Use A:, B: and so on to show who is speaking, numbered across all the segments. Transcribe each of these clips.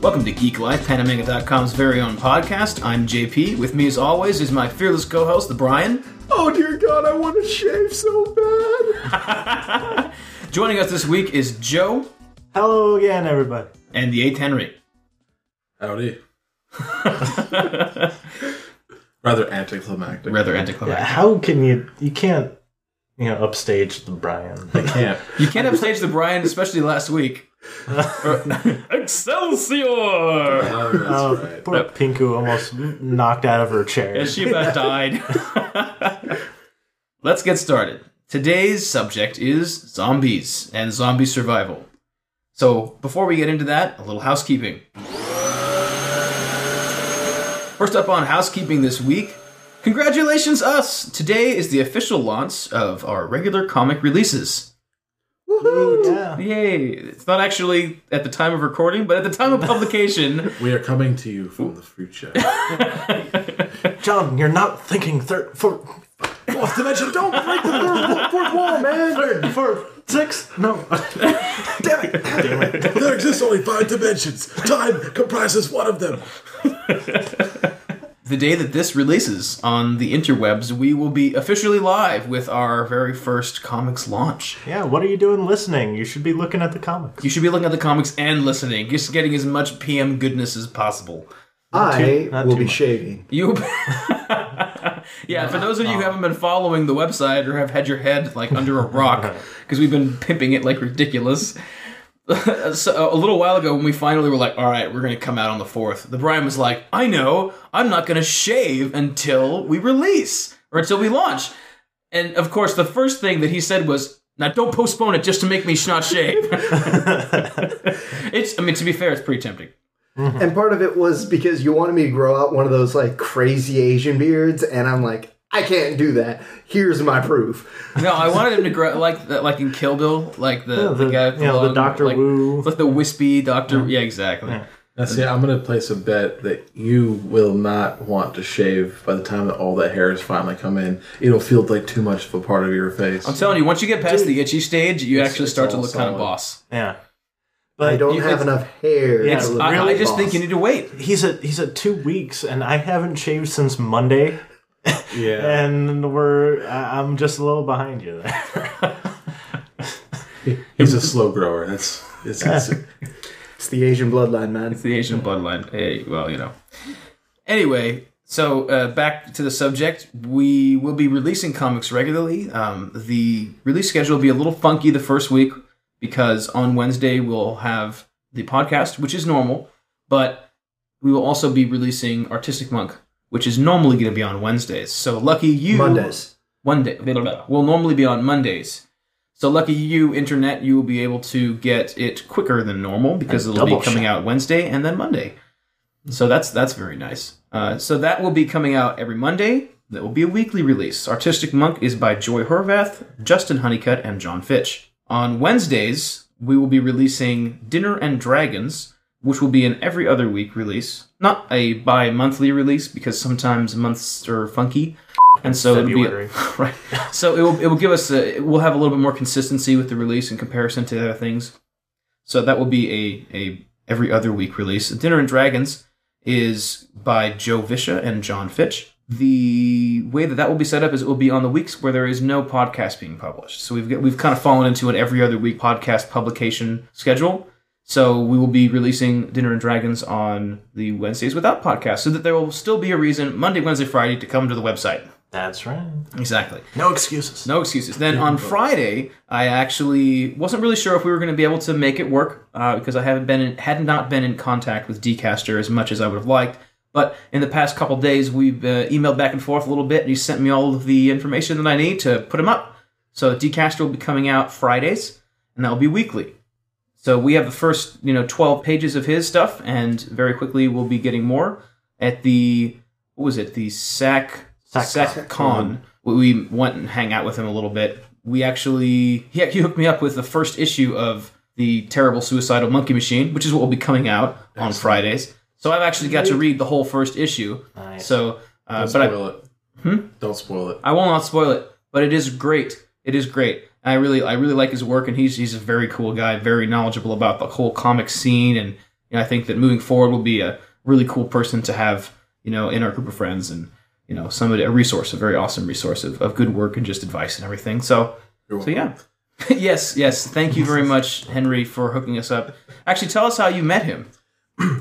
A: Welcome to Geek Life, Panamanga.com's very own podcast. I'm JP. With me, as always, is my fearless co host, the Brian.
B: Oh dear God, I want to shave so bad.
A: Joining us this week is Joe
C: Hello again, everybody.
A: and the 8th Henry.
B: Howdy. Rather anticlimactic.
A: Rather anticlimactic.
C: How can you? You can't, you know, upstage the Brian. Like,
B: Yeah.
A: You can't upstage the Brian, especially last week. Or- Excelsior!
B: Oh, that's
C: oh,
A: Um,
B: right.
C: poor Pinku almost knocked out of her chair.
A: As she about died. Let's get started. Today's subject is zombies and zombie survival. So, before we get into that, a little housekeeping. First up on housekeeping this week, congratulations, us! Today is the official launch of our regular comic releases.
C: Yeah.
A: Yay! It's not actually at the time of recording, but at the time of publication,
B: We are coming to you from the future.
C: John, you're not thinking third, fourth, fourth dimension. Don't break the third, fourth wall, man. Third, fourth, sixth. No. Damn it. Damn it.
B: there exists only five dimensions. Time comprises one of them.
A: the day that this releases on the interwebs, we will be officially live with our very first comics launch.
C: Yeah. What are you doing listening? You should be looking at the comics.
A: You should be looking at the comics and listening, just getting as much PM goodness as possible.
D: I
C: not
D: will
C: too
D: be
C: much.
D: shaving.
A: You, yeah. For those of you who haven't been following the website or have had your head like under a rock because we've been pimping it like ridiculous. so, a little while ago, when we finally were like, "All right, we're going to come out on the 4th, the Brian was like, "I know, I'm not going to shave until we release or until we launch." And of course, the first thing that he said was, "Now, don't postpone it just to make me sh- not shave." it's. I mean, to be fair, it's pretty tempting.
D: And part of it was because you wanted me to grow out one of those like crazy Asian beards, and I'm like, I can't do that. Here's my proof.
A: No, I wanted him to grow like that, like in Kill Bill, like the, the,
C: the-
A: guy, with
C: you know, the Dr.
A: like,
C: Wu.
A: it's like the wispy Doctor. Yeah, exactly.
B: Now, see, I'm going to place a bet that you will not want to shave by the time that all that hair is finally come in. It'll feel like too much of a part of your face.
A: I'm telling you, once you get past the itchy stage, you actually
B: it's
A: start to
B: all
A: look kind of
B: solid.
A: boss.
C: Yeah.
D: I don't
A: You-
D: have
A: it's-
D: enough hair.
C: Yeah,
D: to look
A: I,
D: like
A: I just
D: boss.
A: think you need to wait.
C: He's at he's at two weeks, and I haven't shaved since Monday,
B: yeah.
C: and we're I- I'm just a little behind you there.
B: He's a slow grower. That's it's,
A: Uh,
B: it's,
D: it's the Asian bloodline, man.
A: It's the Asian bloodline. Hey, well, you know. Anyway, so uh, back to the subject. We will be releasing comics regularly. Um, the release schedule will be a little funky the first week because on Wednesday we'll have the podcast, which is normal, but we will also be releasing Artistic Monk, which is normally going to be on Wednesdays. So lucky you.
D: Mondays.
A: One day. Blah, blah, blah. Will normally be on Mondays. So lucky you, internet, you will be able to get it quicker than normal because
C: And
A: it'll be
C: double
A: coming
C: shot.
A: out Wednesday and then Monday. So that's that's very nice. Uh, so that will be coming out every Monday. That will be a weekly release. Artistic Monk is by Joy Horvath, Justin Honeycutt, and John Fitch. On Wednesdays, we will be releasing Dinner and Dragons, which will be an every other week release, not a bi-monthly release because sometimes months are funky, and so it'll
C: February.
A: be right. So it will it will give us a, it will have a little bit more consistency with the release in comparison to other things. So that will be a a every other week release. Dinner and Dragons is by Joe Visha and John Fitch. The way that that will be set up is it will be on the weeks where there is no podcast being published. So we've got, we've kind of fallen into an every other week podcast publication schedule. So we will be releasing Dinner and Dragons on the Wednesdays without podcast, so that there will still be a reason Monday, Wednesday, Friday to come to the website.
C: That's right.
A: Exactly.
C: No excuses.
A: No excuses. Then on Friday, I actually wasn't really sure if we were going to be able to make it work uh, because I haven't been in, had not been in contact with Decaster as much as I would have liked. But in the past couple days, we've uh, emailed back and forth a little bit, and he sent me all of the information that I need to put them up. So Decaster will be coming out Fridays, and that will be weekly. So we have the first, you know, twelve pages of his stuff, and very quickly we'll be getting more at the what was it? The SAC
C: SAC
A: SAC Con. We went and hang out with him a little bit. We actually he he hooked me up with the first issue of the terrible suicidal monkey machine, which is what will be coming out on Fridays. So I've actually got to read the whole first issue.
C: Nice.
A: So, uh,
B: don't
A: but I, Hmm?
B: spoil it. Don't spoil it.
A: I will not spoil it, but it is great. It is great. I really, I really like his work, and he's he's a very cool guy, very knowledgeable about the whole comic scene and And I think that moving forward will be a really cool person to have, you know, in our group of friends and, you know, somebody, a resource, a very awesome resource of, of good work and just advice and everything. So, so yeah. yes, yes. Thank you very much, Henry, for hooking us up. Actually, tell us how you met him.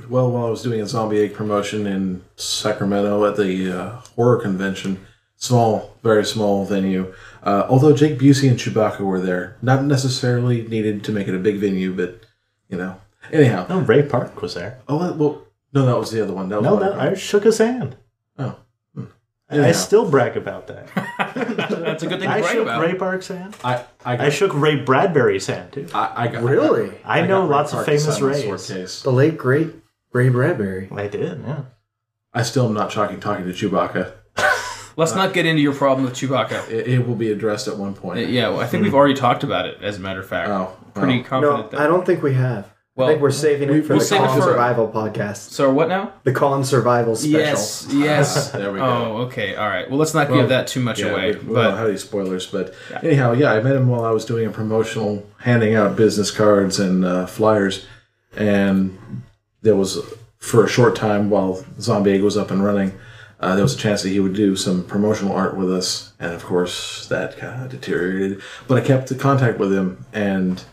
B: Well, while I was doing a zombie egg promotion in Sacramento at the uh, horror convention, small, very small venue. Uh, although Jake Busey and Chewbacca were there, not necessarily needed to make it a big venue, but you know. Anyhow,
E: No, Ray Park was there.
B: oh that- well, no, that was the other one. That was
E: No,
B: the
E: no,
B: one.
E: I shook his hand.
B: oh,
E: I-
B: Yeah.
E: I still brag about that.
A: That's a good thing to
E: I
A: write
E: shook
A: about.
E: Ray Park's hand.
B: I, I, got,
E: I shook Ray Bradbury's hand too.
B: I, I got
D: Really?
E: I, know
B: got Ray
E: lots of
B: Park to
E: famous
B: sign this sword
E: Rays.
B: case.
D: The late great Ray Bradbury.
E: I did, yeah.
B: I still am not talking talking to Chewbacca.
A: Let's not get into your problem with Chewbacca.
B: It, it will be addressed at one point.
A: Uh, Yeah, well, I think we've already talked about it. As a matter of fact,
B: Oh,
A: pretty
B: oh.
A: confident
D: No,
A: that.
D: I don't think we have.
A: Well,
D: I think we're saving it for
A: we'll
D: the
A: save it
D: Con
A: for-
D: Survival podcast.
A: so what now?
D: The Con Survival special.
A: Yes, yes.
B: Ah, There we go.
A: oh, okay, all right. Well, let's not give that too much
B: Yeah,
A: away.
B: we, we
A: but
B: don't have any spoilers, but anyhow, yeah, I met him while I was doing a promotional, handing out business cards and uh, flyers, and there was for a short time while Zombie Egg was up and running, uh, there was a chance that he would do some promotional art with us, and of course that kind of deteriorated. But I kept the contact with him, and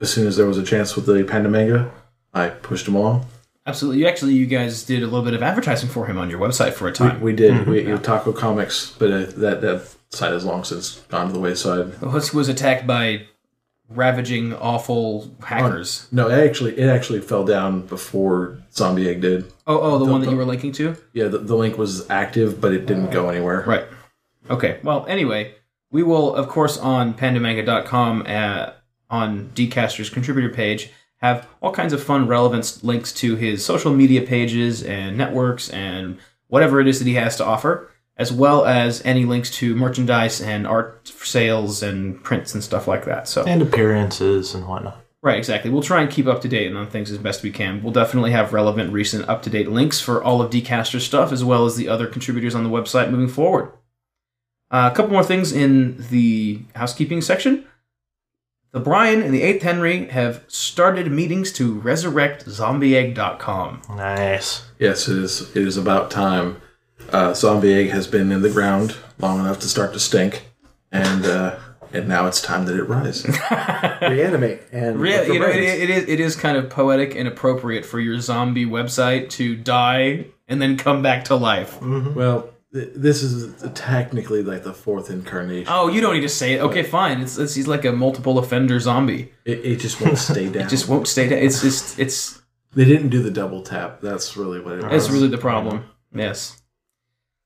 B: as soon as there was a chance with the Panda Manga, I pushed him along.
A: absolutely, you actually, you guys did a little bit of advertising for him on your website for a time. Mm-hmm.
B: We did we, Taco Comics, but uh, that that site has long since gone to the wayside.
A: Husk was attacked by ravaging, awful hackers.
B: No, it actually, it actually fell down before Zombie Egg did.
A: Oh, oh, the, one that you were linking to,
B: Yeah, the, the link was active, but it didn't go anywhere.
A: right? Okay. Well, anyway, we will, of course, on pandamanga.com uh, on Dcaster's contributor page have all kinds of fun, relevant links to his social media pages and networks and whatever it is that he has to offer, as well as any links to merchandise and art sales and prints and stuff like that. So
E: And appearances and whatnot.
A: Right, exactly. We'll try and keep up to date on things as best we can. We'll definitely have relevant, recent, up to date links for all of Decaster's stuff, as well as the other contributors on the website moving forward. Uh, a couple more things in the housekeeping section. The Brian and the Eighth Henry have started meetings to resurrect zombieegg.com.
E: Nice.
B: Yes, it is. It is about time. Uh, zombie Egg has been in the ground long enough to start to stink, and uh, and now it's time that it rise.
D: Reanimate and
A: Really,
D: the
A: you know, it,
D: brains.
A: it, is, it is kind of poetic and appropriate for your zombie website to die and then come back to life.
B: well, th- this is technically like the fourth incarnation.
A: Oh, you don't need to say it. Okay, fine. It's, it's he's like a multiple offender zombie.
B: It, it just won't stay down.
A: Just won't stay. Down. It's just it's
B: they didn't do the double tap. That's really what it was.
A: it's really the problem. Yes.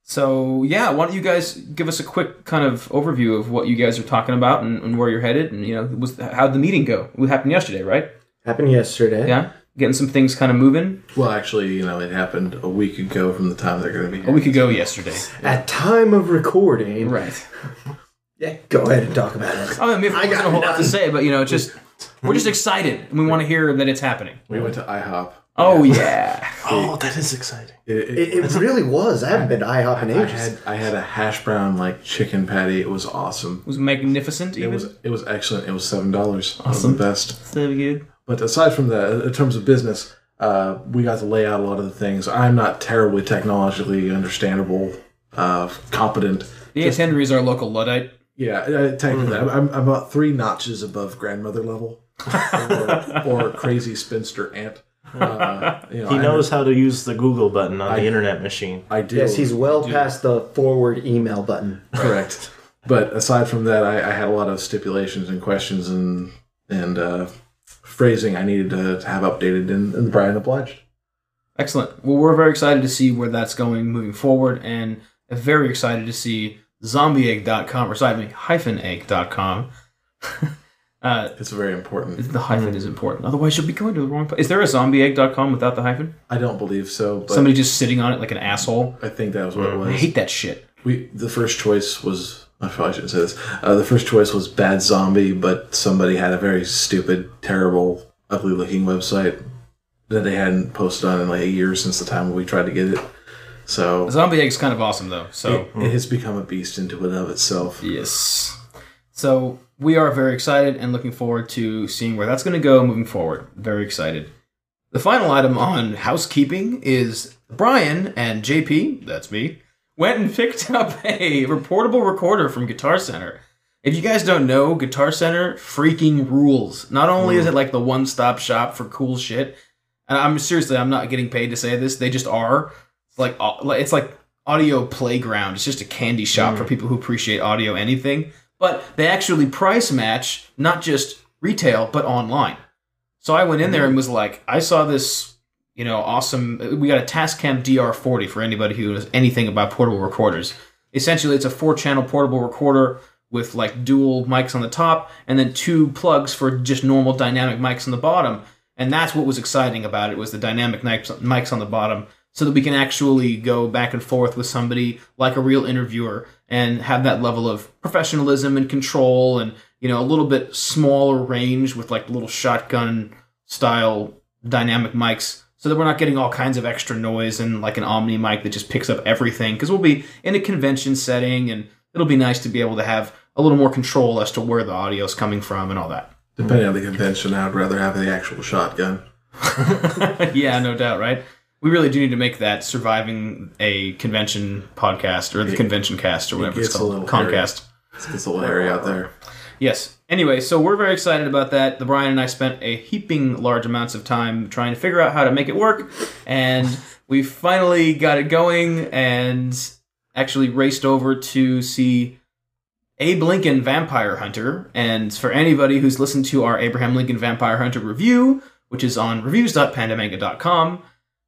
A: So yeah, why don't you guys give us a quick kind of overview of what you guys are talking about and, and where you're headed, and you know, was how'd the meeting go? It happened yesterday, right?
D: happened yesterday.
A: Yeah, getting some things kind of moving.
B: Well, actually, you know, it happened a week ago from the time they're going to be.
A: A week ago yesterday,
D: At time of recording.
A: right?
D: Yeah, go ahead and talk about it.
A: I mean, I got a whole lot to say, but you know, just we're just excited and we want to hear that it's happening.
B: We went to IHOP.
A: Oh yeah.
E: Oh, that is exciting.
B: It- it-
D: It, it really was. I haven't been to IHOP in
B: I
D: ages.
B: had I had a hash brown like chicken patty. It was awesome.
A: It was magnificent.
B: It
A: Even
B: was it was excellent. It was seven dollars.
A: Awesome.
B: Awesome, the best.
A: so good.
B: But aside from that, in terms of business, uh, we got to lay out a lot of the things. I'm not terribly technologically understandable, uh, competent.
A: The Ace Henry is our local luddite.
B: Yeah, uh, technically, I'm, I'm about three notches above grandmother level, or, or crazy spinster aunt. Uh, you know,
E: He
B: I'm-
E: knows how to use the Google button on the internet machine.
B: I do.
D: yes, he's well past the forward email button.
B: Correct. But aside from that, I, I had a lot of stipulations and questions and and uh, phrasing I needed to, to have updated, and, and Brian obliged.
A: Excellent. Well, we're very excited to see where that's going moving forward, and very excited to see zombieegg.com, or sorry, I mean, hyphen egg.com. uh,
B: It's very important.
A: the hyphen is important. Otherwise, you'll be going to the wrong place. Is there a zombieegg.com without the hyphen?
B: I don't believe so, but
A: Mm-hmm. Somebody just sitting on it like an asshole?
B: I think that was what it
A: I
B: was.
A: hate that shit.
B: We the first choice was I probably shouldn't say this. Uh, the first choice was bad zombie, but somebody had a very stupid, terrible, ugly looking website that they hadn't posted on in like a year since the time we tried to get it. So
A: Zombie Egg's kind of awesome, though, so.
B: it has become a beast into and of itself.
A: Yes. So we are very excited and looking forward to seeing where that's going to go moving forward. Very excited. The final item on housekeeping is Brian and JP, that's me, went and picked up a reportable recorder from Guitar Center. If you guys don't know, Guitar Center freaking rules. Not only is it like the one stop shop for cool shit, and I'm seriously, I'm not getting paid to say this, they just are. It's like, au- like- it's like audio playground. It's just a candy shop for people who appreciate audio anything. But they actually price match not just retail, but online. So I went in there and was like, I saw this, you know, awesome. uh, We got a Tascam DR40 for anybody who knows anything about portable recorders. Essentially, it's a four-channel portable recorder with like dual mics on the top and then two plugs for just normal dynamic mics on the bottom. And that's what was exciting about it was the dynamic mics mics on the bottom, so that we can actually go back and forth with somebody like a real interviewer and have that level of professionalism and control and you know a little bit smaller range with like little shotgun style dynamic mics so that we're not getting all kinds of extra noise and like an omni mic that just picks up everything because we'll be in a convention setting and it'll be nice to be able to have a little more control as to where the audio is coming from and all that
B: Depending on the convention, I'd rather have the actual shotgun.
A: yeah no doubt right we really do need to make that surviving a convention podcast or the convention cast or whatever it's
B: gets a
A: called
B: little
A: concast
B: It's a little area out there.
A: Yes. Anyway, so we're very excited about that. The Brian and I spent a heaping large amounts of time trying to figure out how to make it work, and we finally got it going and actually raced over to see Abe Lincoln Vampire Hunter. And for anybody who's listened to our Abraham Lincoln Vampire Hunter review, which is on reviews.pandamanga.com,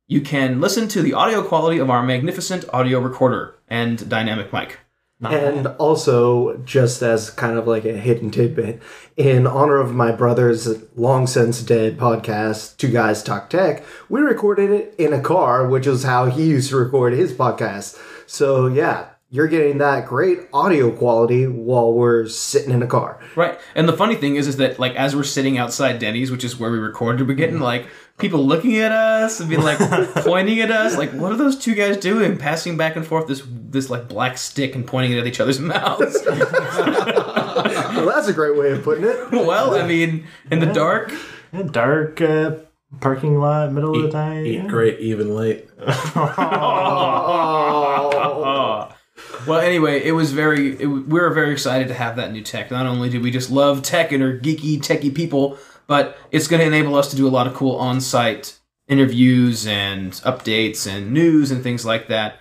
A: you can listen to the audio quality of our magnificent audio recorder and dynamic mic.
D: And also, just as kind of like a hidden tidbit, in honor of my brother's long since dead podcast, Two Guys Talk Tech, we recorded it in a car, which is how he used to record his podcast. So, yeah, you're getting that great audio quality while we're sitting in a car.
A: Right. And the funny thing is, is that like as we're sitting outside Denny's, which is where we recorded, we're getting like people looking at us and being like pointing at us, like what are those two guys doing? Passing back and forth this this like black stick and pointing it at each other's mouths.
D: Well, that's a great way of putting it.
A: well, I mean, in the dark.
E: In a dark uh, parking lot, middle of the night.
B: Eat great, even late.
A: Well, anyway, it was very. It, w- we were very excited to have that new tech. Not only do we just love tech and are geeky, techie people, but it's going to enable us to do a lot of cool on-site interviews and updates and news and things like that.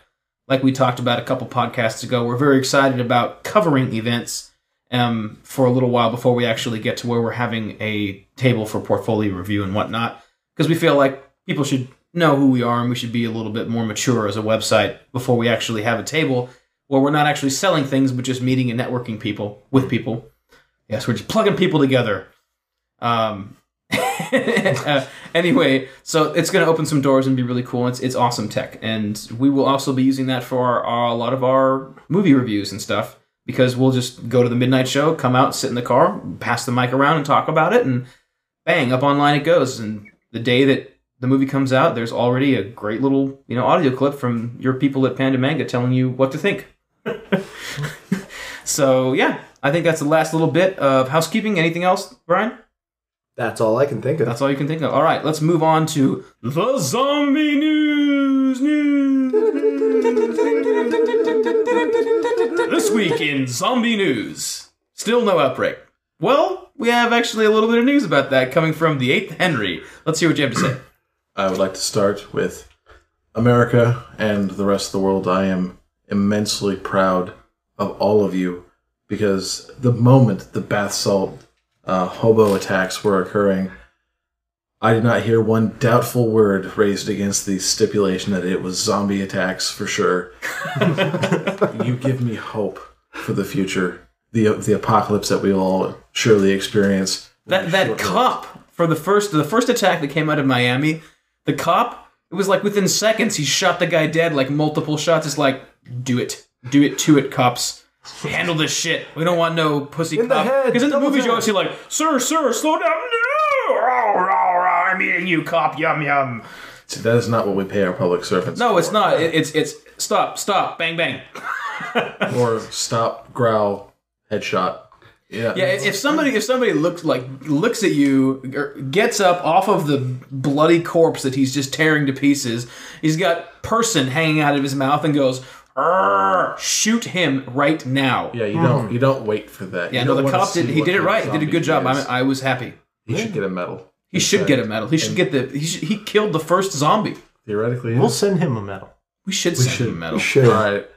A: Like we talked about a couple podcasts ago, we're very excited about covering events um, for a little while before we actually get to where we're having a table for portfolio review and whatnot, because we feel like people should know who we are and we should be a little bit more mature as a website before we actually have a table where we're not actually selling things, but just meeting and networking people with people. Yes, we're just plugging people together. Um, uh, anyway, so it's going to open some doors and be really cool. It's it's awesome tech, and we will also be using that for our, a lot of our movie reviews and stuff because we'll just go to the midnight show, come out, sit in the car, pass the mic around, and talk about it, and bang, up online it goes. And the day that the movie comes out, there's already a great little you know audio clip from your people at Panda Manga telling you what to think. So yeah, I think that's the last little bit of housekeeping. Anything else, Brian?
D: That's all I can think of.
A: That's all you can think of. All right, let's move on to the zombie news. News this week in zombie news. Still no outbreak. Well, we have actually a little bit of news about that coming from the Eighth Henry. Let's hear what you have to say.
B: I would like to start with America and the rest of the world. I am immensely proud of all of you because the moment the bath salt uh, hobo attacks were occurring, I did not hear one doubtful word raised against the stipulation that it was zombie attacks for sure. you give me hope for the future, the the apocalypse that we will all surely experience.
A: That that cop for the first the first attack that came out of Miami, the cop it was like within seconds he shot the guy dead like multiple shots. It's like do it, do it to it, cops. Handle this shit. We don't want no pussy
D: the
A: cop.
D: head,
A: Because in the
D: double
A: movies you
D: tap.
A: always see like, sir, sir, slow down. No, Row, row, row, I'm eating you, cop. Yum yum.
B: See, that is not what we pay our public servants.
A: No, it's not. It, it's it's stop, stop, bang bang.
B: or stop, growl, headshot. Yeah.
A: Yeah, if if somebody if somebody looks like looks at you or gets up off of the bloody corpse that he's just tearing to pieces, he's got person hanging out of his mouth and goes, "Arr, "Shoot him right now!"
B: Yeah, you don't you don't wait for that.
A: yeah
B: You
A: no,
B: don't
A: the
B: wanna
A: cop did
B: see
A: he
B: what
A: did it
B: kind of
A: right. He did a
B: zombie
A: good job.
B: he
A: I,
B: is.
A: I was happy.
B: he should get a medal.
A: He should get a medal. He should get the he, should, he killed the first zombie.
B: Theoretically,
E: We'll send him a medal.
A: We should send
B: should.
A: him a medal.
B: all
D: Sure.
B: right.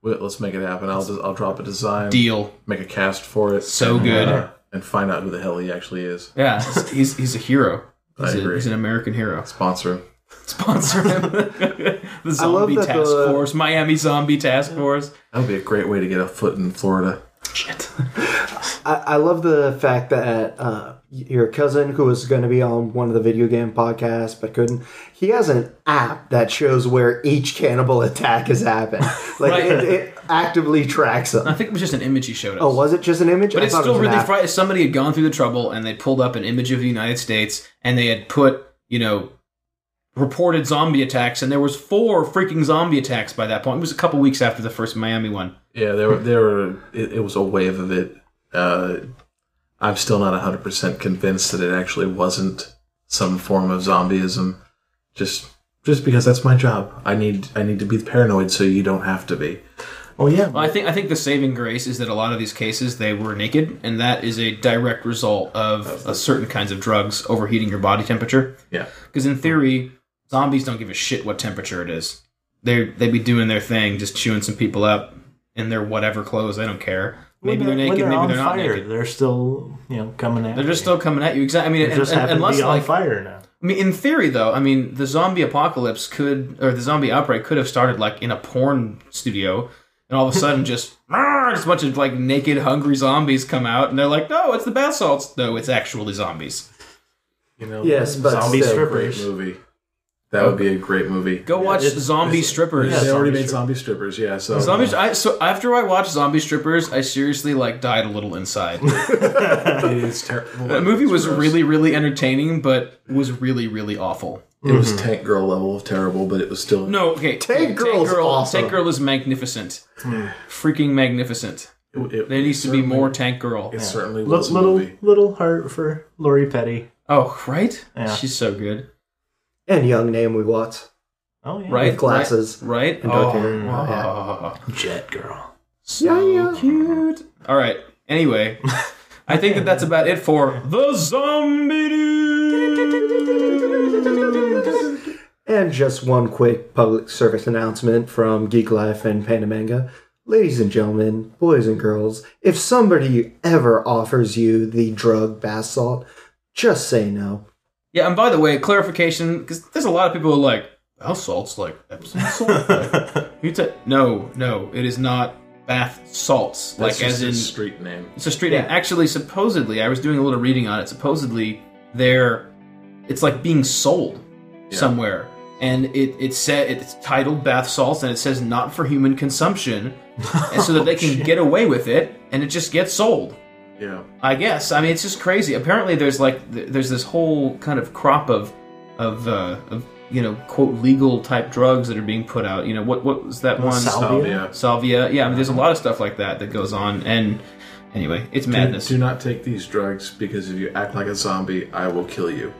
B: Well, let's make it happen. I'll just, I'll drop a design,
A: Deal.
B: make a cast for it.
A: So
B: and,
A: good.
B: uh, and find out who the hell he actually is.
A: Yeah, he's- he's he's a hero.
B: I
A: He's, a,
B: agree.
A: he's an American hero.
B: Sponsor him.
A: Sponsor him. the
D: love
A: Zombie
D: that
A: Task
D: the-
A: Force, Miami Zombie Task Force.
B: That would be a great way to get a foot in Florida.
A: Shit.
D: I, I love the fact that uh, your cousin, who was going to be on one of the video game podcasts but couldn't, he has an app that shows where each cannibal attack has happened. Like
A: Right.
D: it, it actively tracks them.
A: I think it was just an image he showed us.
D: Oh, was it just an image?
A: But it's
D: thought it
A: still
D: was an
A: really
D: app.
A: frightening. Somebody had gone through the trouble and they pulled up an image of the United States and they had put, you know, reported zombie attacks, and there was four freaking zombie attacks by that point. It was a couple weeks after the first Miami one.
B: Yeah, there were there were. It, it was a wave of it. Uh, I'm still not 100 percent convinced that it actually wasn't some form of zombieism. Just just because that's my job. I need I need to be paranoid so you don't have to be.
E: Oh yeah,
A: Well, I think I think the saving grace is that a lot of these cases they were naked, and that is a direct result of uh, certain kinds of drugs overheating your body temperature.
B: Yeah.
A: Because in theory, zombies don't give a shit what temperature it is. They they be doing their thing, just chewing some people up in their whatever clothes. They don't care.
E: When
A: Maybe they're,
E: when
A: naked. maybe
E: on
A: they're not
E: fire,
A: naked.
E: They're still you know coming at.
A: They're just
E: you.
A: still coming at you. Exactly. I mean,
E: They
A: and,
E: just
A: and-
E: happen
A: unless
E: to be on
A: like
E: fire now.
A: I mean, in theory though, I mean, the zombie apocalypse could or the zombie outbreak could have started like in a porn studio, and all of a sudden just "Arr!" just a bunch of like naked, hungry zombies come out, and they're like, "No, it's the bath salts." No, it's actually zombies.
B: You know.
D: Yes, but
E: Zombie
D: still.
E: stripper.
B: Great movie. That would be a great movie.
A: Go watch
E: it's-
A: zombie
E: it's-
A: strippers.
B: they
E: Yeah,
B: already
E: zombie
B: made zombie strippers. Yeah. So
A: Zombies. I, so after I watched Zombie Strippers, I seriously like died a little inside.
B: it is terrible.
A: that movie was really, really entertaining, but was really, really awful.
B: It was Tank Girl level of terrible, but it was still
A: No, okay.
D: Tank Girl's
A: Girl,
D: awesome.
A: Tank Girl is magnificent. Freaking magnificent.
B: It, it-
A: There needs to be
B: certainly-
A: more Tank Girl.
B: It certainly
E: Li-
B: was a
E: little
B: movie.
E: little heart for Lori Petty.
A: Oh, right?
E: Yeah.
A: She's so good.
D: And young Naomi Watts.
E: Oh yeah,
A: Right?
D: glasses.
A: Right? right?
D: And dark hair.
A: Oh,
D: Yeah.
A: oh,
E: Jet girl.
A: so
D: Yeah, yeah.
A: cute. All right. Anyway, I think that that's about it for The Zombie Dude.
D: And just one quick public service announcement from Geek Life and Panamanga. Ladies and gentlemen, boys and girls, if somebody ever offers you the drug bath salt, just say no.
A: Yeah, and by the way, clarification, because there's a lot of people who are like, bath salt's like Epsom salt. like, you ta- no, no, it is not bath salts.
B: That's
A: like
B: just
A: as in
B: his street name.
A: it's a street name. Actually, supposedly, I was doing a little reading on it. Supposedly, they're it's like being sold somewhere, and it it said it's titled bath salts, and it says not for human consumption, and so
B: Oh,
A: that they can get away with it, and it just gets sold.
B: Yeah.
A: I guess. I mean, it's just crazy. Apparently, there's like th- there's this whole kind of crop of of uh, of you know quote legal type drugs that are being put out. You know what what was that one
E: Salvia?
B: Oh, yeah.
A: Salvia? Yeah, I mean, there's a lot of stuff like that that goes on. And anyway, it's madness.
B: Do not take these drugs because if you act like a zombie, I will kill you.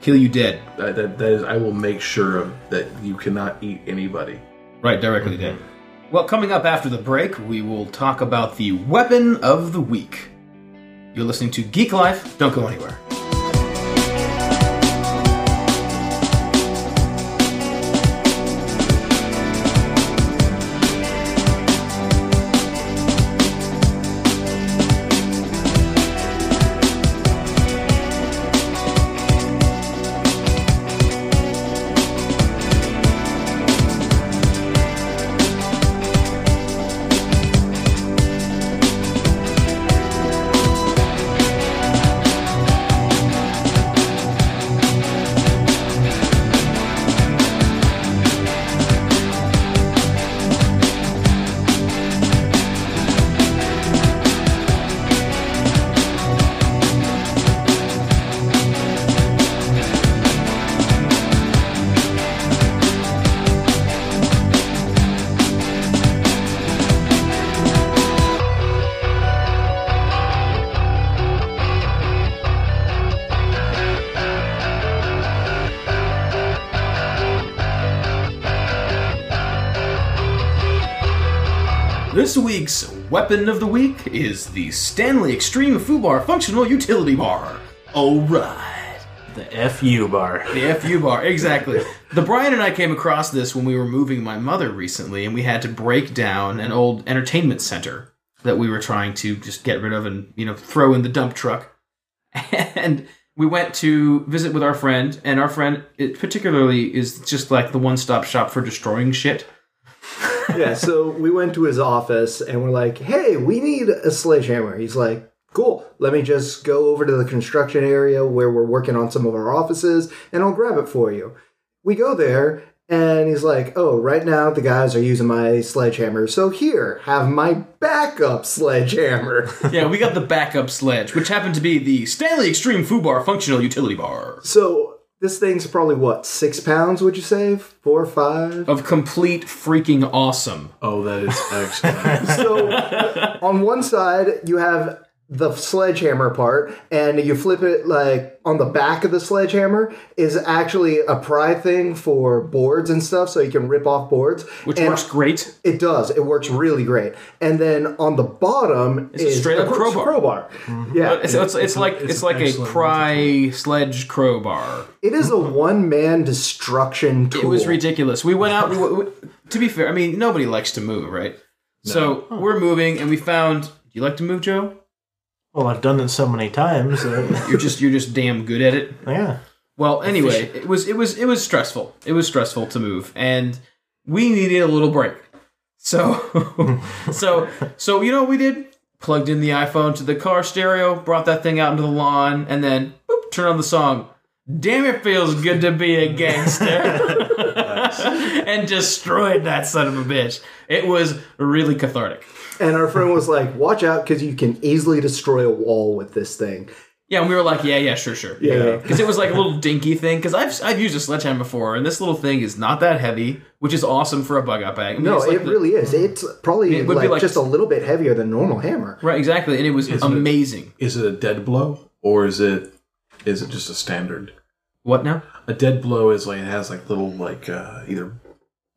A: Kill you dead.
B: That, that, that is, I will make sure of, that you cannot eat anybody.
A: Right, directly dead. Well, coming up after the break, we will talk about the weapon of the week. You're listening to Geek Life. Don't go anywhere. This week's weapon of the week is the Stanley Extreme Fubar Functional Utility Bar. All right.
F: The FU bar.
A: The FU bar, exactly. The Brian and I came across this when we were moving my mother recently, and we had to break down an old entertainment center that we were trying to just get rid of and you know throw in the dump truck. And we went to visit with our friend, and our friend it particularly is just like the one-stop shop for destroying shit.
D: yeah, so we went to his office and we're like, hey, we need a sledgehammer. He's like, cool, let me just go over to the construction area where we're working on some of our offices and I'll grab it for you. We go there and he's like, oh, right now the guys are using my sledgehammer. So here, have my backup sledgehammer.
A: Yeah, we got the backup sledge, which happened to be the Stanley Extreme Fubar Functional Utility Bar
D: so this thing's probably what, six pounds, would you say? Four or five?
A: of complete freaking awesome.
B: Oh, that is excellent.
D: So on one side you have the sledgehammer part, and you flip it like on the back of the sledgehammer is actually a pry thing for boards and stuff, so you can rip off boards.
A: Which
D: and
A: works great.
D: It does. It works really great. And then on the bottom
A: a
D: is
A: straight-up
D: a cro-
A: crowbar. Mm-hmm.
D: crowbar. Yeah,
A: It's, it's, it's like it's, like a
B: excellent
A: pry sledge crowbar.
D: it is a one-man destruction tool.
A: It was ridiculous. We went out. We, we, to be fair, I mean nobody likes to move, right? So we're moving, and we found. Do you like to move, Joe?
E: Well, I've done it so many times. uh,
A: You're just you're just damn good at it.
E: yeah.
A: Well, anyway, it was it was it was stressful. It was stressful to move, and we needed a little break. So, so, so you know what we did? Plugged in the iPhone to the car stereo, brought that thing out into the lawn, and then boop, turn on the song. Damn, it feels good to be a gangster, and destroyed that son of a bitch. It was really cathartic.
D: and our friend was like, "Watch out, because you can easily destroy a wall with this thing."
A: Yeah, and we were like, yeah, yeah, sure, sure.
D: Yeah.
A: Because it was like a little dinky thing. Because I've, I've used a sledgehammer before, and this little thing is not that heavy, which is awesome for a bug out bag. I mean,
D: No,
A: it's like
D: it
A: the-
D: really is. It's probably
A: It would be
D: like,
A: like-
D: just a little bit heavier than normal hammer.
A: Right, exactly. And it was amazing.
B: is it a dead blow or is it is it just a standard?
A: What now?
B: A dead blow is like it has like little like uh, either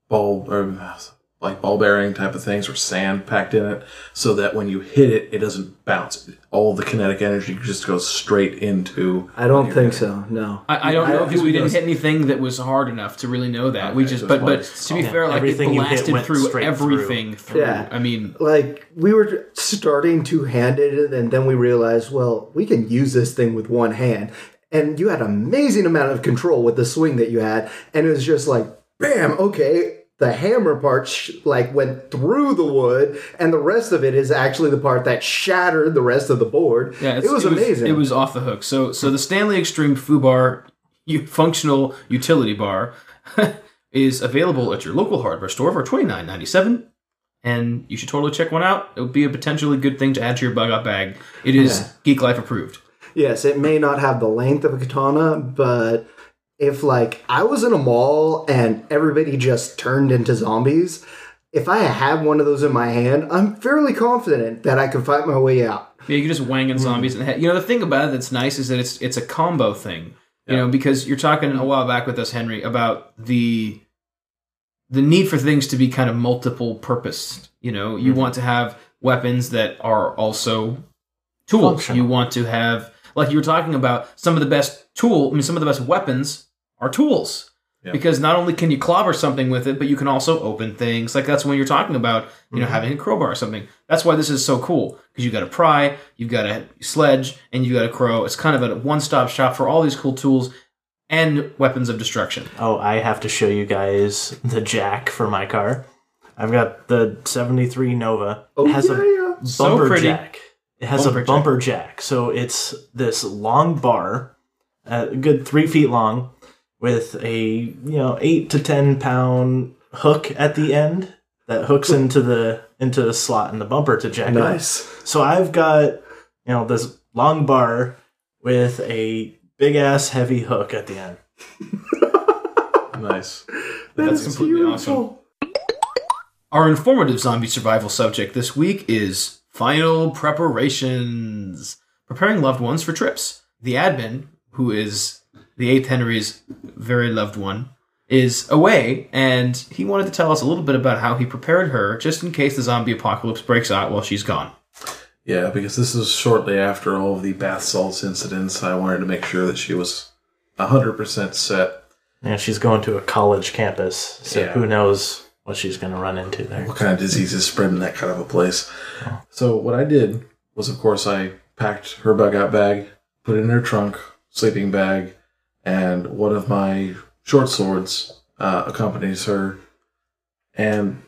B: ball or uh, like ball bearing type of things or sand packed in it, so that when you hit it, it doesn't bounce. All the kinetic energy just goes straight into.
D: I don't think so. No.
A: I, I don't know because we didn't
B: those-
A: hit anything that was hard enough to really know that. we
B: Okay,
A: just,
B: so
A: but,
B: it's
A: but
B: like-
A: to be
B: Yeah,
A: fair, like it
F: everything you hit
A: blasted
F: went
A: through
F: straight
A: everything through.
D: Yeah.
A: I mean,
D: Like we were starting two-handed, and then- then we realized, well, we can use this thing with one hand. And you had amazing amount of control with the swing that you had, and it was just like, bam, okay. The hammer part sh- like went through the wood, and the rest of it is actually the part that shattered the rest of the board.
A: yeah, it's-
D: it was amazing.
A: It was off the hook. So, so the Stanley Extreme Fubar u- functional utility bar is available at your local hardware store for twenty nine ninety seven. And you should totally check one out. It would be a potentially good thing to add to your bug out bag. It is Geek Life approved.
D: Yes, it may not have the length of a katana, but if like I was in a mall and everybody just turned into zombies, if I had one of those in my hand, I'm fairly confident that I could fight my way out.
A: Yeah, you're just wanging zombies in the head. You know, the thing about it that's nice is that it's it's a combo thing. You know, because you're talking a while back with us, Henry, about the the need for things to be kind of multiple purposed. You know, you want to have weapons that are also tools. You want to have like you were talking about some of the best tool I mean some of the best weapons are tools. Because not only can you clobber something with it, but you can also open things. Like that's when you're talking about, you know, having a crowbar or something. That's why this is so cool because you've got a pry, you've got a sledge, and you've got a crow. It's kind of a one-stop shop for all these cool tools and weapons of destruction.
F: Oh, I have to show you guys the jack for my car. I've got the 73 Nova.
D: Oh,
F: it has
D: yeah,
F: a
D: yeah.
F: bumper
A: So pretty.
F: jack. It has
A: Bumper
F: a
A: jack.
F: bumper jack. So it's this long bar, a good three feet long, with a you know eight to ten pound hook at the end that hooks into the into the slot in the bumper to jack it up.
D: Nice.
F: So I've got you know this long bar with a big ass heavy hook at the end.
B: Nice.
A: That's completely awesome. Our informative zombie survival subject this week is final preparations. Preparing loved ones for trips. The admin, who is the eighth Henry's very loved one, is away, and he wanted to tell us a little bit about how he prepared her just in case the zombie apocalypse breaks out while she's gone.
B: Yeah, because this is shortly after all of the bath salts incidents. I wanted to make sure that she was 100% set.
F: Yeah, she's going to a college campus, so
B: Yeah.
F: who knows what she's going to run into there.
B: What kind of diseases spread in that kind of a place? So, what I did was, of course, I packed her bug out bag, put it in her trunk, sleeping bag, and one of my short swords uh, accompanies her. And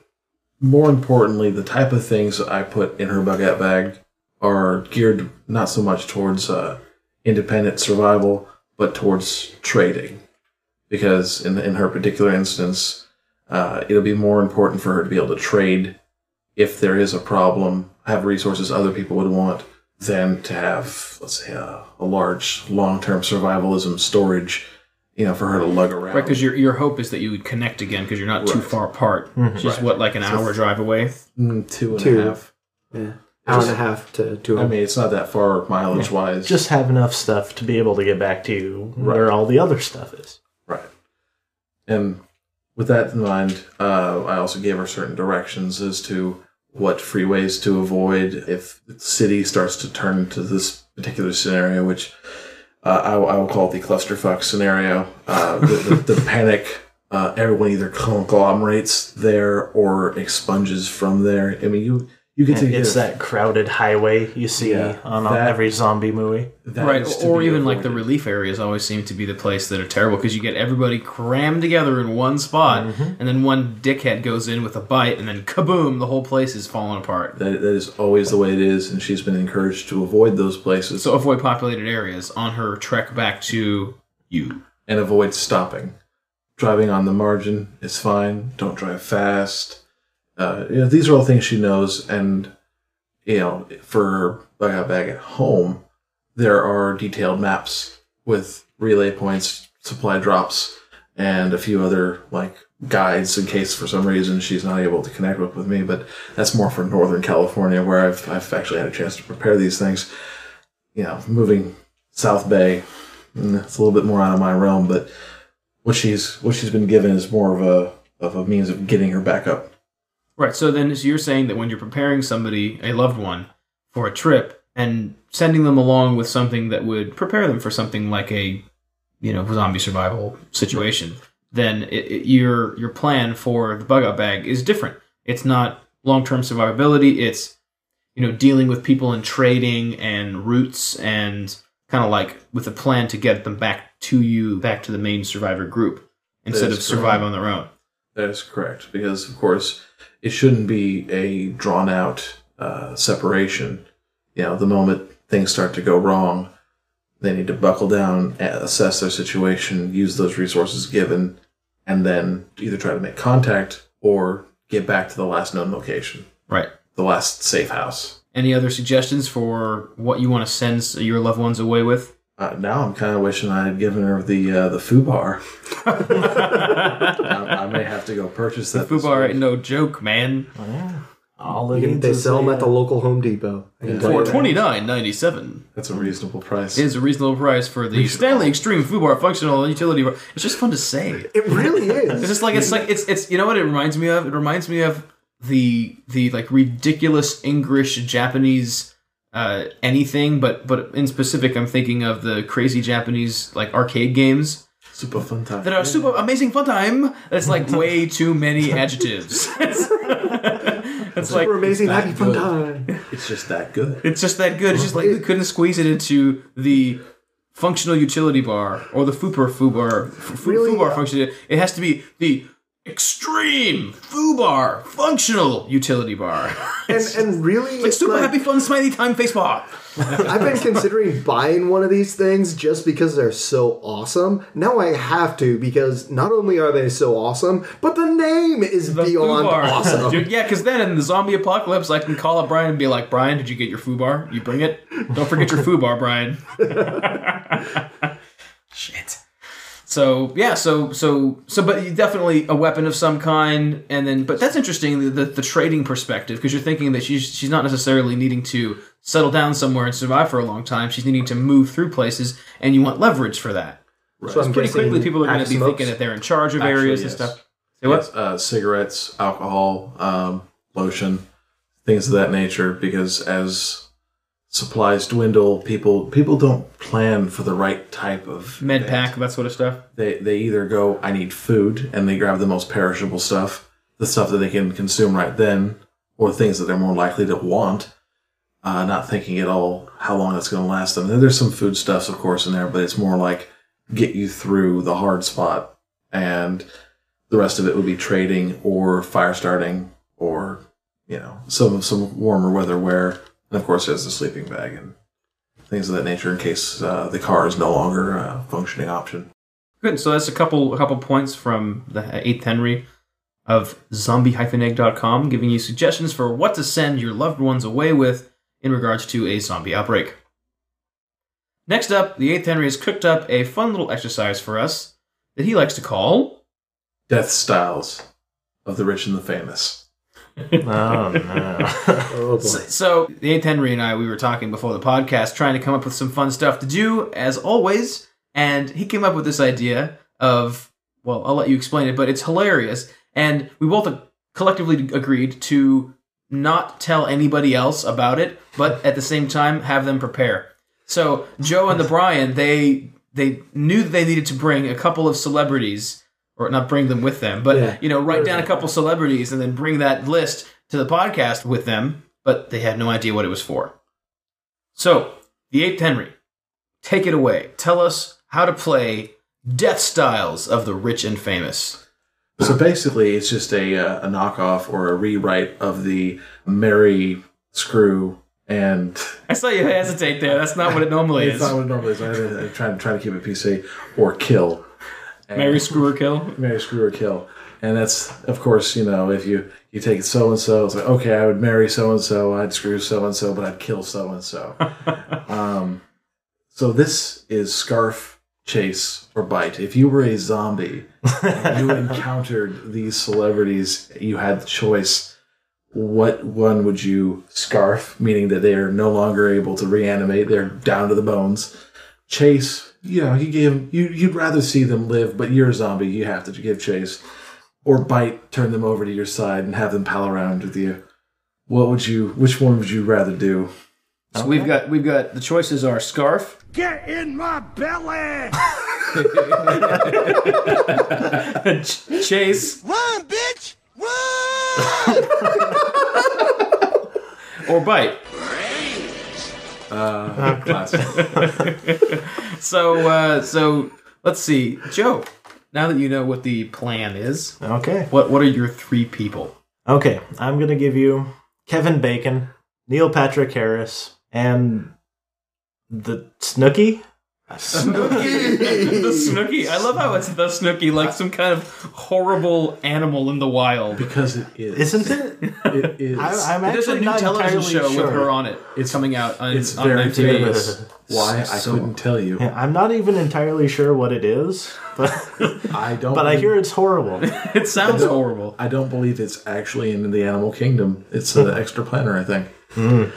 B: more importantly, the type of things I put in her bug out bag are geared not so much towards uh, independent survival, but towards trading. Because in, in her particular instance, uh, it'll be more important for her to be able to trade if there is a problem, have resources other people would want, than to have, let's say, a, a large long term survivalism storage, you know, for her to lug around.
A: Right, because your your hope is that you would connect again because you're not too
B: Right.
A: far apart. Just what like an hour drive away.
B: Mm, two and a half.
D: Two. Yeah. Hour and a half to two.
B: I mean, it's not that far mileage wise.
F: Just have enough stuff to be able to get back to you where all the other stuff is.
B: Right. And with that in mind, uh, I also gave her certain directions as to what freeways to avoid if the city starts to turn into this particular scenario, which uh, I, will- I will call the clusterfuck scenario. Uh, the, the, the panic. Uh, everyone either conglomerates there or expunges from there. I mean, you you get to
F: And
B: get
F: it's
B: a-
F: that crowded highway you see
B: Yeah,
F: on on
B: that-
F: every zombie movie.
B: that
A: right,
B: is to
A: or
B: be
A: even like the
B: avoided.
A: relief areas always seem to be the place that are terrible because you get everybody crammed together in one spot,
B: Mm-hmm.
A: and then one dickhead goes in with a bite, and then kaboom, the whole place is falling apart.
B: that, that is always the way it is, and she's been encouraged to avoid those places.
A: So avoid populated areas on her trek back to you.
B: and avoid stopping. Driving on the margin is fine. Don't drive fast. Uh, you know, these are all things she knows. And, you know, for her bug out bag at home, there are detailed maps with relay points, supply drops, and a few other, like, guides in case for some reason she's not able to connect with, with me. But that's more for Northern California, where I've, I've actually had a chance to prepare these things. You know, moving South Bay Mm, it's a little bit more out of my realm, but what she's what she's been given is more of a of a means of getting her back up.
A: Right. So then you're saying that when you're preparing somebody, a loved one, for a trip and sending them along with something that would prepare them for something like a, you know, zombie survival situation, then it, it, your your plan for the bug out bag is different. It's not long term survivability. It's you know dealing with people and trading and routes and kind of like with a plan to get them back to you, back to the main survivor group instead
B: is
A: of survive
B: correct.
A: on their own.
B: That is correct, because of course it shouldn't be a drawn out uh, separation. You know, the moment things start to go wrong, they need to buckle down, a- assess their situation, use those resources given, and then either try to make contact or get back to the last known location,
A: Right.
B: the last safe house.
A: Any other suggestions for what you want to send your loved ones away with?
B: Uh, now I'm kind of wishing I had given her the uh, the foo bar. I, I may have to go purchase that. this
A: Fubar
B: week.
A: ain't no joke, man.
F: All it
D: They
F: needs is
D: sell them
F: the,
D: at the local Home Depot. I can tell you
A: For
D: that.
A: twenty nine ninety seven
B: That's a reasonable price.
A: is a reasonable price for the Stanley Extreme Fubar Functional Utility. Bar. It's just fun to say.
D: It really
A: It's
D: is.
A: just like it's like it's it's you know what it reminds me of. It reminds me of the the like ridiculous English Japanese uh, anything, but but in specific, I'm thinking of the crazy Japanese like arcade games
B: super fun time.
A: that are super amazing fun time. That's like way too many adjectives. it's like
D: Super amazing,
B: that
D: happy fun
B: good.
D: time.
B: It's just that good.
A: It's just that good. It's just like we couldn't squeeze it into the functional utility bar or the Fubar Fubar f-
D: Really?
A: Fubar function. It has to be the extreme Fubar functional utility bar.
D: And and really,
A: like super
D: like,
A: happy fun smiley time face bar.
D: I've been considering buying one of these things just because they're so awesome. Now I have to because not only are they so awesome, but the name is
A: The
D: beyond
A: Fubar.
D: awesome.
A: Dude, yeah, because then in the zombie apocalypse, I can call up Brian and be like, Brian, did you get your Fubar? You bring it. Don't forget your Fubar, Brian. Shit. So yeah, so so so, but you definitely a weapon of some kind, and then but that's interesting the the, the trading perspective because you're thinking that she's she's not necessarily needing to settle down somewhere and survive for a long time. She's needing to move through places, and you want leverage for that. So
D: I'm
A: pretty
D: guessing
A: quickly, people are going
D: pack
A: to be
D: smokes.
A: thinking that they're in charge of areas
B: Actually,
A: and
B: yes.
A: stuff. Say what?
B: Uh, cigarettes, alcohol, um, lotion, things of that nature. Because as supplies dwindle, people people don't plan for the right type of
A: Med
B: event.
A: pack, that sort of stuff.
B: They they either go, I need food, and they grab the most perishable stuff, the stuff that they can consume right then, or things that they're more likely to want. Uh, not thinking at all how long that's going to last them. Then There's some foodstuffs, of course, in there, but it's more like get you through the hard spot, and the rest of it would be trading or fire starting or you know some some warmer weather wear, and of course there's the sleeping bag and things of that nature in case uh, the car is no longer a functioning option.
A: Good. So that's a couple a couple points from the eighth Henry of zombie-egg.com giving you suggestions for what to send your loved ones away with in regards to a zombie outbreak. Next up, the eighth Henry has cooked up a fun little exercise for us that he likes to call
B: death styles of the rich and the famous.
F: Oh no.
D: Oh, boy.
A: So, so the eighth Henry and I, we were talking before the podcast, trying to come up with some fun stuff to do, as always. And he came up with this idea of, well, I'll let you explain it, but it's hilarious. And we both collectively agreed to not tell anybody else about it, but at the same time have them prepare. So Joe and the Brian, they they knew that they needed to bring a couple of celebrities, or not bring them with them, but
D: Yeah.
A: you know, write down a couple celebrities and then bring that list to the podcast with them. But they had no idea what it was for. So the eighth Henry, take it away. Tell us how to play Death Styles of the Rich and Famous.
B: So basically, it's just a, uh, a knockoff or a rewrite of the Merry Screw and.
A: I saw you hesitate there. That's not what it normally
B: It's
A: is.
B: not what it normally is. I'm trying, trying to keep it PC or kill. And-
A: Mary Screwer Kill.
B: marry, screw, or kill. And that's, of course, you know, if you you take so and so, it's like, okay, I would marry so and so, I'd screw so and so, but I'd kill so and so. Um, So this is scarf, chase, or bite. If you were a zombie, and you encountered these celebrities, you had the choice. What one would you scarf, meaning that they are no longer able to reanimate; they're down to the bones chase you know you give you you'd rather see them live but you're a zombie you have to give chase or bite turn them over to your side and have them pal around with you what would you which one would you rather do
A: So we've got we've got the choices are scarf,
G: Get in my belly!
A: chase,
G: Run, bitch! Run!
A: or bite.
B: uh classic.
A: So uh, so let's see, Joe. Now that you know what the plan is,
F: okay.
A: what what are your three people?
F: Okay. I'm gonna give you Kevin Bacon, Neil Patrick Harris, and the Snooky.
A: the Snooky. I love how it's the Snooky, like some kind of horrible animal in the wild.
B: because it is
F: Isn't it?
B: it is
F: I, I'm
A: There's
F: actually
A: a new
F: not
A: television
F: entirely
A: show
F: sure.
A: with her on it. It's coming out on,
B: it's
A: on
B: very
A: MTV.
B: famous why i
A: So-
B: couldn't tell you
F: Yeah, I'm not even entirely sure what it is, but
B: i don't
F: but I
B: believe-
F: hear it's horrible.
A: It sounds horrible.
B: i don't believe it's actually in the animal kingdom it's
F: Hmm.
B: an extra planner i think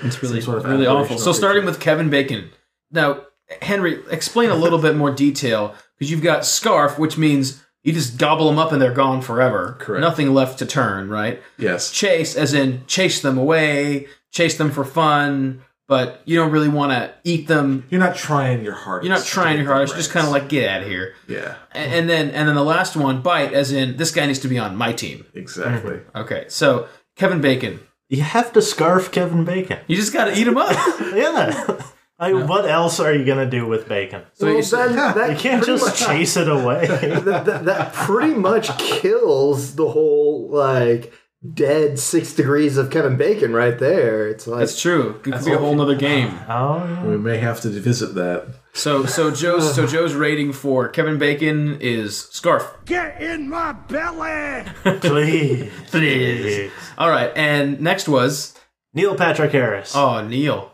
A: It's really
B: sort of
A: really awful. So
B: aberrational
A: starting with Kevin Bacon. Now, Henry, explain a little bit more detail because you've got scarf, which means you just gobble them up and they're gone forever.
B: Correct.
A: Nothing left to turn. Right.
B: yes
A: Chase, as in chase them away, chase them for fun, but you don't really want to eat them.
B: you're not trying your hardest
A: You're not trying
B: to
A: your
B: get the
A: hardest. Just
B: rats.
A: kind of like get out of here.
B: yeah
A: A- And then and then the last one, bite, as in this guy needs to be on my team.
B: exactly
F: Hmm.
A: Okay. So Kevin Bacon,
F: You have to scarf Kevin Bacon.
A: you just got to eat him up.
F: Yeah. Like, What else are you gonna do with bacon?
A: so
D: Well,
A: you-
D: that, that
F: You can't
D: pretty
F: just
D: much-
F: chase it away.
D: that, that, that pretty much kills the whole like dead six degrees of Kevin Bacon right there. It's like
A: That's true. It could be a whole nother game.
F: Oh,
B: we may have to visit that
A: So so Joe's so Joe's rating for Kevin Bacon is scarf.
G: Get in my belly!
F: please.
A: Please. All right, and next was
F: Neil Patrick Harris.
A: oh Neil.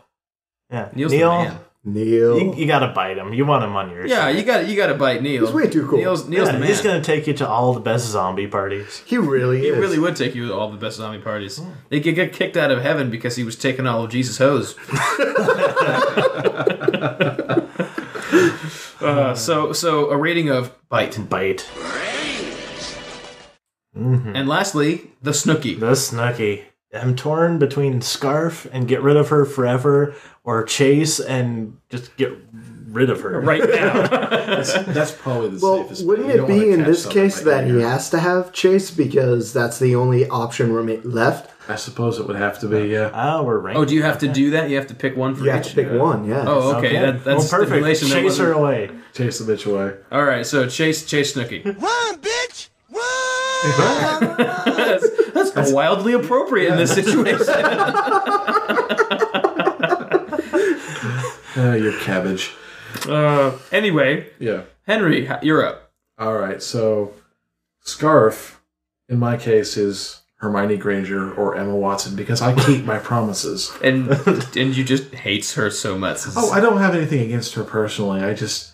F: yeah.
A: Neil's
F: Neil,
A: the man.
D: Neil.
F: You, you gotta bite him. You want him on your
A: Yeah,
F: side.
A: you got you got to bite Neil.
D: He's way too cool.
A: Neil's Neil's the
F: Yeah,
A: man.
F: He's gonna take you to all the best zombie parties.
D: he really
A: He
D: is.
A: really would take you to all the best zombie parties. They could get kicked out of heaven because he was taking all of Jesus' hoes. Uh, so so a rating of bite.
F: Bite.
A: And lastly, the Snooky.
F: The Snooky. I'm torn between Scarf and get rid of her forever, or Chase and just get rid of her.
A: Right now,
B: That's probably the
D: Well,
B: safest. bet.
D: wouldn't
B: You
D: it
B: don't wanna
D: be in
B: catch
D: this
B: something
D: case
B: like
D: that he
B: here.
D: has to have Chase because that's the only option rema- left?
B: I suppose it would have to be. uh, Yeah.
F: Ah, we're ranked.
A: oh, do you have to do that? You have to pick one for
D: You have
A: each.
D: to pick one, yeah.
A: Oh, okay. That, that's
F: well, perfect.
A: stipulation. that
F: Chase her
A: wasn't- Oh,
F: away.
B: Chase the bitch away.
A: All right, so chase chase Snooky.
G: Run, bitch! Run!
A: that's, that's wildly appropriate in this situation.
B: Ah, you're cabbage.
A: uh, anyway,
B: Yeah.
A: Henry, h- you're up.
B: All right. So, Scarf, in my case, is Hermione Granger or Emma Watson because I keep my promises.
A: And and you just hates her so much.
B: Oh, I don't have anything against her personally. I just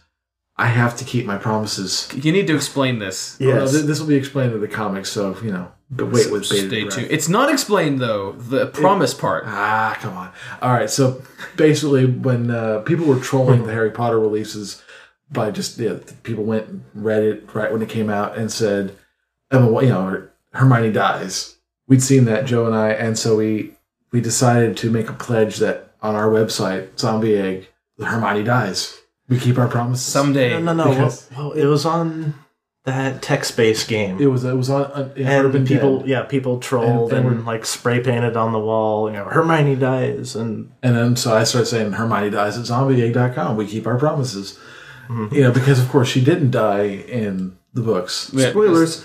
B: I have to keep my promises.
A: you need to explain this.
B: Although
D: Yes.
B: th- this will be explained in the comics, so you know. But wait with bated
A: Stay
B: breath.
A: tuned. It's not explained though. The promise part.
B: Ah, come on. All right. So basically, when uh, people were trolling the Harry Potter releases by just, yeah, people went and read it right when it came out and said, Emma, Wa- you know, Hermione dies. We'd seen that, Joe and I, and so we we decided to make a pledge that on our website, Zombie Egg, that Hermione dies. We keep our promises.
A: Someday.
F: No, no, no. Well,
B: Because-
F: well, it was on that text-based game.
B: it was it was on, on in Urban
F: and people,
B: Dead.
F: yeah, people trolled
B: And-
F: and,
B: and-
F: like spray painted on the wall. You know, Hermione dies, and
B: And then so I started saying Hermione dies at zombieegg.com. We keep our promises.
A: Mm-hmm.
B: You know, because of course she didn't die in the books.
A: Yeah,
D: Spoilers.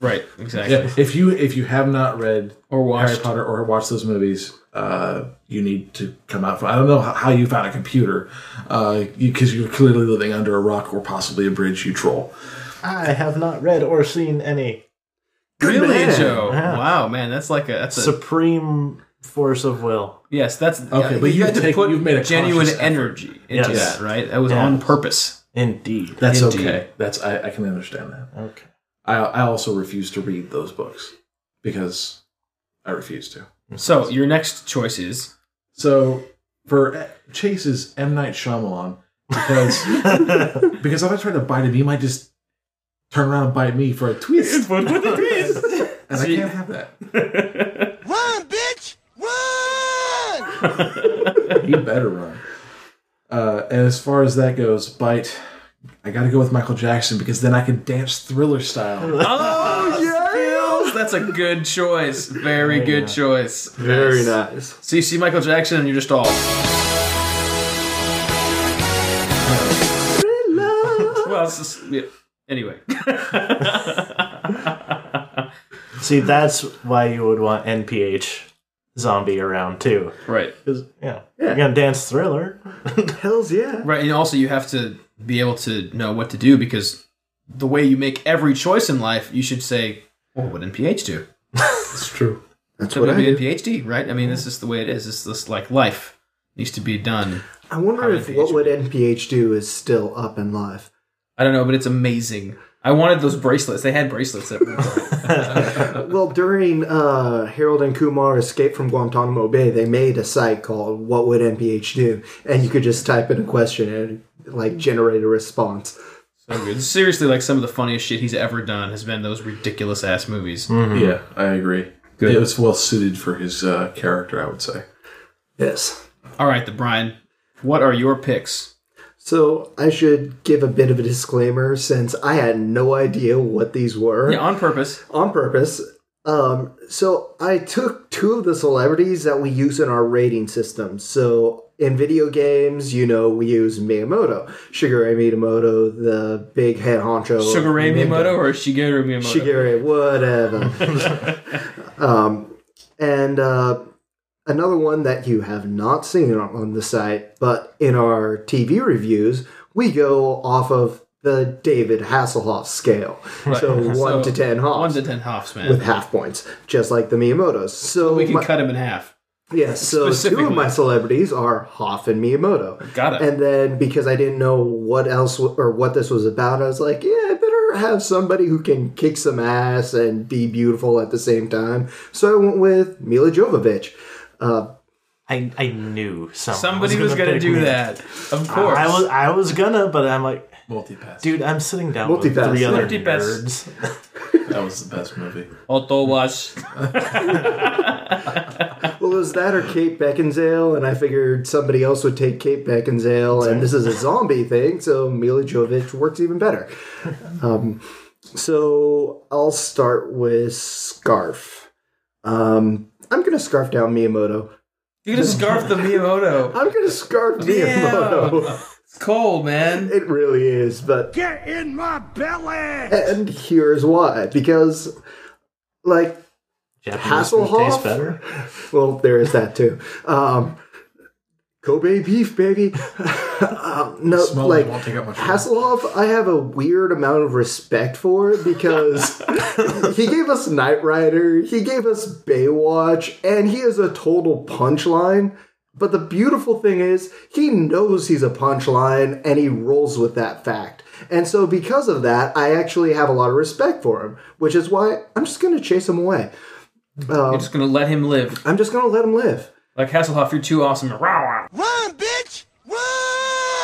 A: Right. Exactly.
B: Yeah, if you if you have not read
A: Or watched.
B: Harry Potter or watched those movies, uh, you need to come out from. I don't know how how you found a computer, because you, 'cause you're clearly living under a rock or possibly a bridge. You troll.
F: I have not read or seen any
A: Really,
D: man.
A: Joe?
F: Yeah.
A: Wow, man, that's like a that's a
F: supreme force of will.
A: yes. That's
B: Okay, but
A: you
B: you've
A: had to
B: taken-
A: put
B: you've made a
A: genuine
B: conscious effort.
A: energy into
F: Yes.
A: that, right? That was
F: Yeah.
A: on purpose.
F: Indeed.
B: That's
A: Indeed.
B: okay. That's I, I can understand that.
F: okay.
B: I I also refuse to read those books because I refuse to.
A: So your next choice is
B: So for Chase's M Night Shyamalan, because because if I try to bite him, he might just turn around and bite me for a twist, and I can't have that.
G: Run, bitch! Run!
B: He better run. Uh, and as far as that goes, bite. I got to go with Michael Jackson because then I can dance thriller style.
A: oh yes, that's a good choice. Very good choice.
D: Very nice.
A: So you see Michael Jackson, and you're just all. Well, it's just, yeah. anyway,
F: See, that's why you would want NPH zombie around too.
A: right,
F: Because yeah, you're gonna dance thriller.
D: Hells yeah.
A: right, and also you have to be able to know what to do because the way you make every choice in life, you should say, well, "What would NPH do?"
B: It's true.
D: That's
A: That
D: what
A: would
D: I
A: be a
D: do.
A: PhD, right? I mean, this is the way it is. It's this like life needs to be done.
D: I wonder if
A: NPH
D: what would NPH do is still up and live.
A: I don't know, but it's amazing. I wanted those bracelets. They had bracelets. At one point.
D: Well, during uh, Harold and Kumar Escape from Guantanamo Bay, they made a site called What Would NPH Do? And you could just type in a question and like generate a response.
A: so good. Seriously, like some of the funniest shit he's ever done has been those ridiculous ass movies.
B: Yeah, I agree. It was well suited for his uh, character, I would say.
D: Yes.
A: All right, the Brian. What are your picks?
D: So I should give a bit of a disclaimer since I had no idea what these were
A: Yeah, on purpose.
D: on purpose. Um, so I took two of the celebrities that we use in our rating system. So in video games, you know, we use Miyamoto, Shigeru Miyamoto, the big head honcho. of
A: Sugar Ray
D: Nintendo.
A: Miyamoto or Shigeru Miyamoto?
D: Shigeru, whatever. um, and uh, another one that you have not seen on, on the site, but in our TV reviews, we go off of the David Hasselhoff scale. So one to ten hops
A: One to ten hops, man.
D: with half points, just like the Miyamotos. So
A: we can
D: my-
A: cut him in half.
D: yeah, so two
A: specifically.
D: of my celebrities are Hoff and Miyamoto.
A: Got it.
D: And then because I didn't know what else w- or what this was about, I was like, yeah, I better have somebody who can kick some ass and be beautiful at the same time. So I went with Mila Jovovich. Uh,
F: I I knew someone
A: Somebody was gonna
F: pick
A: do
F: me.
A: that, of course.
F: I was I was gonna, but I'm like
B: Multipass.
F: Dude, I'm sitting down with
D: Multitask.
F: three other
A: Multitask.
F: nerds.
B: That was the best movie.
A: Otto was.
D: Well, it was that or Kate Beckinsale, and I figured somebody else would take Kate Beckinsale, and this is a zombie thing, so Mila Jovovich works even better. Um, so I'll start with Scarf. Um, I'm going to scarf down Miyamoto.
A: You just scarf the Miyamoto.
D: I'm going to scarf
A: Yeah.
D: Miyamoto.
A: It's cold, man.
D: It really is, but
G: Get in my belly!
D: and here's why because, like,
F: Japanese food
D: Hasselhoff?
F: tastes better.
D: well, there is that too. Um, Kobe beef, baby. um, no,
B: Smell
D: like
B: it won't take up much room.
D: Hasselhoff, I have a weird amount of respect for because he gave us Knight Rider, he gave us Baywatch, and he is a total punchline. But the beautiful thing is, he knows he's a punchline and he rolls with that fact. And so, because of that, I actually have a lot of respect for him, which is why I'm just going to chase him away.
A: You're just gonna let him live.
D: I'm just going to let him live.
A: Like Hasselhoff, you're too awesome. Rah, rah.
G: Run, bitch!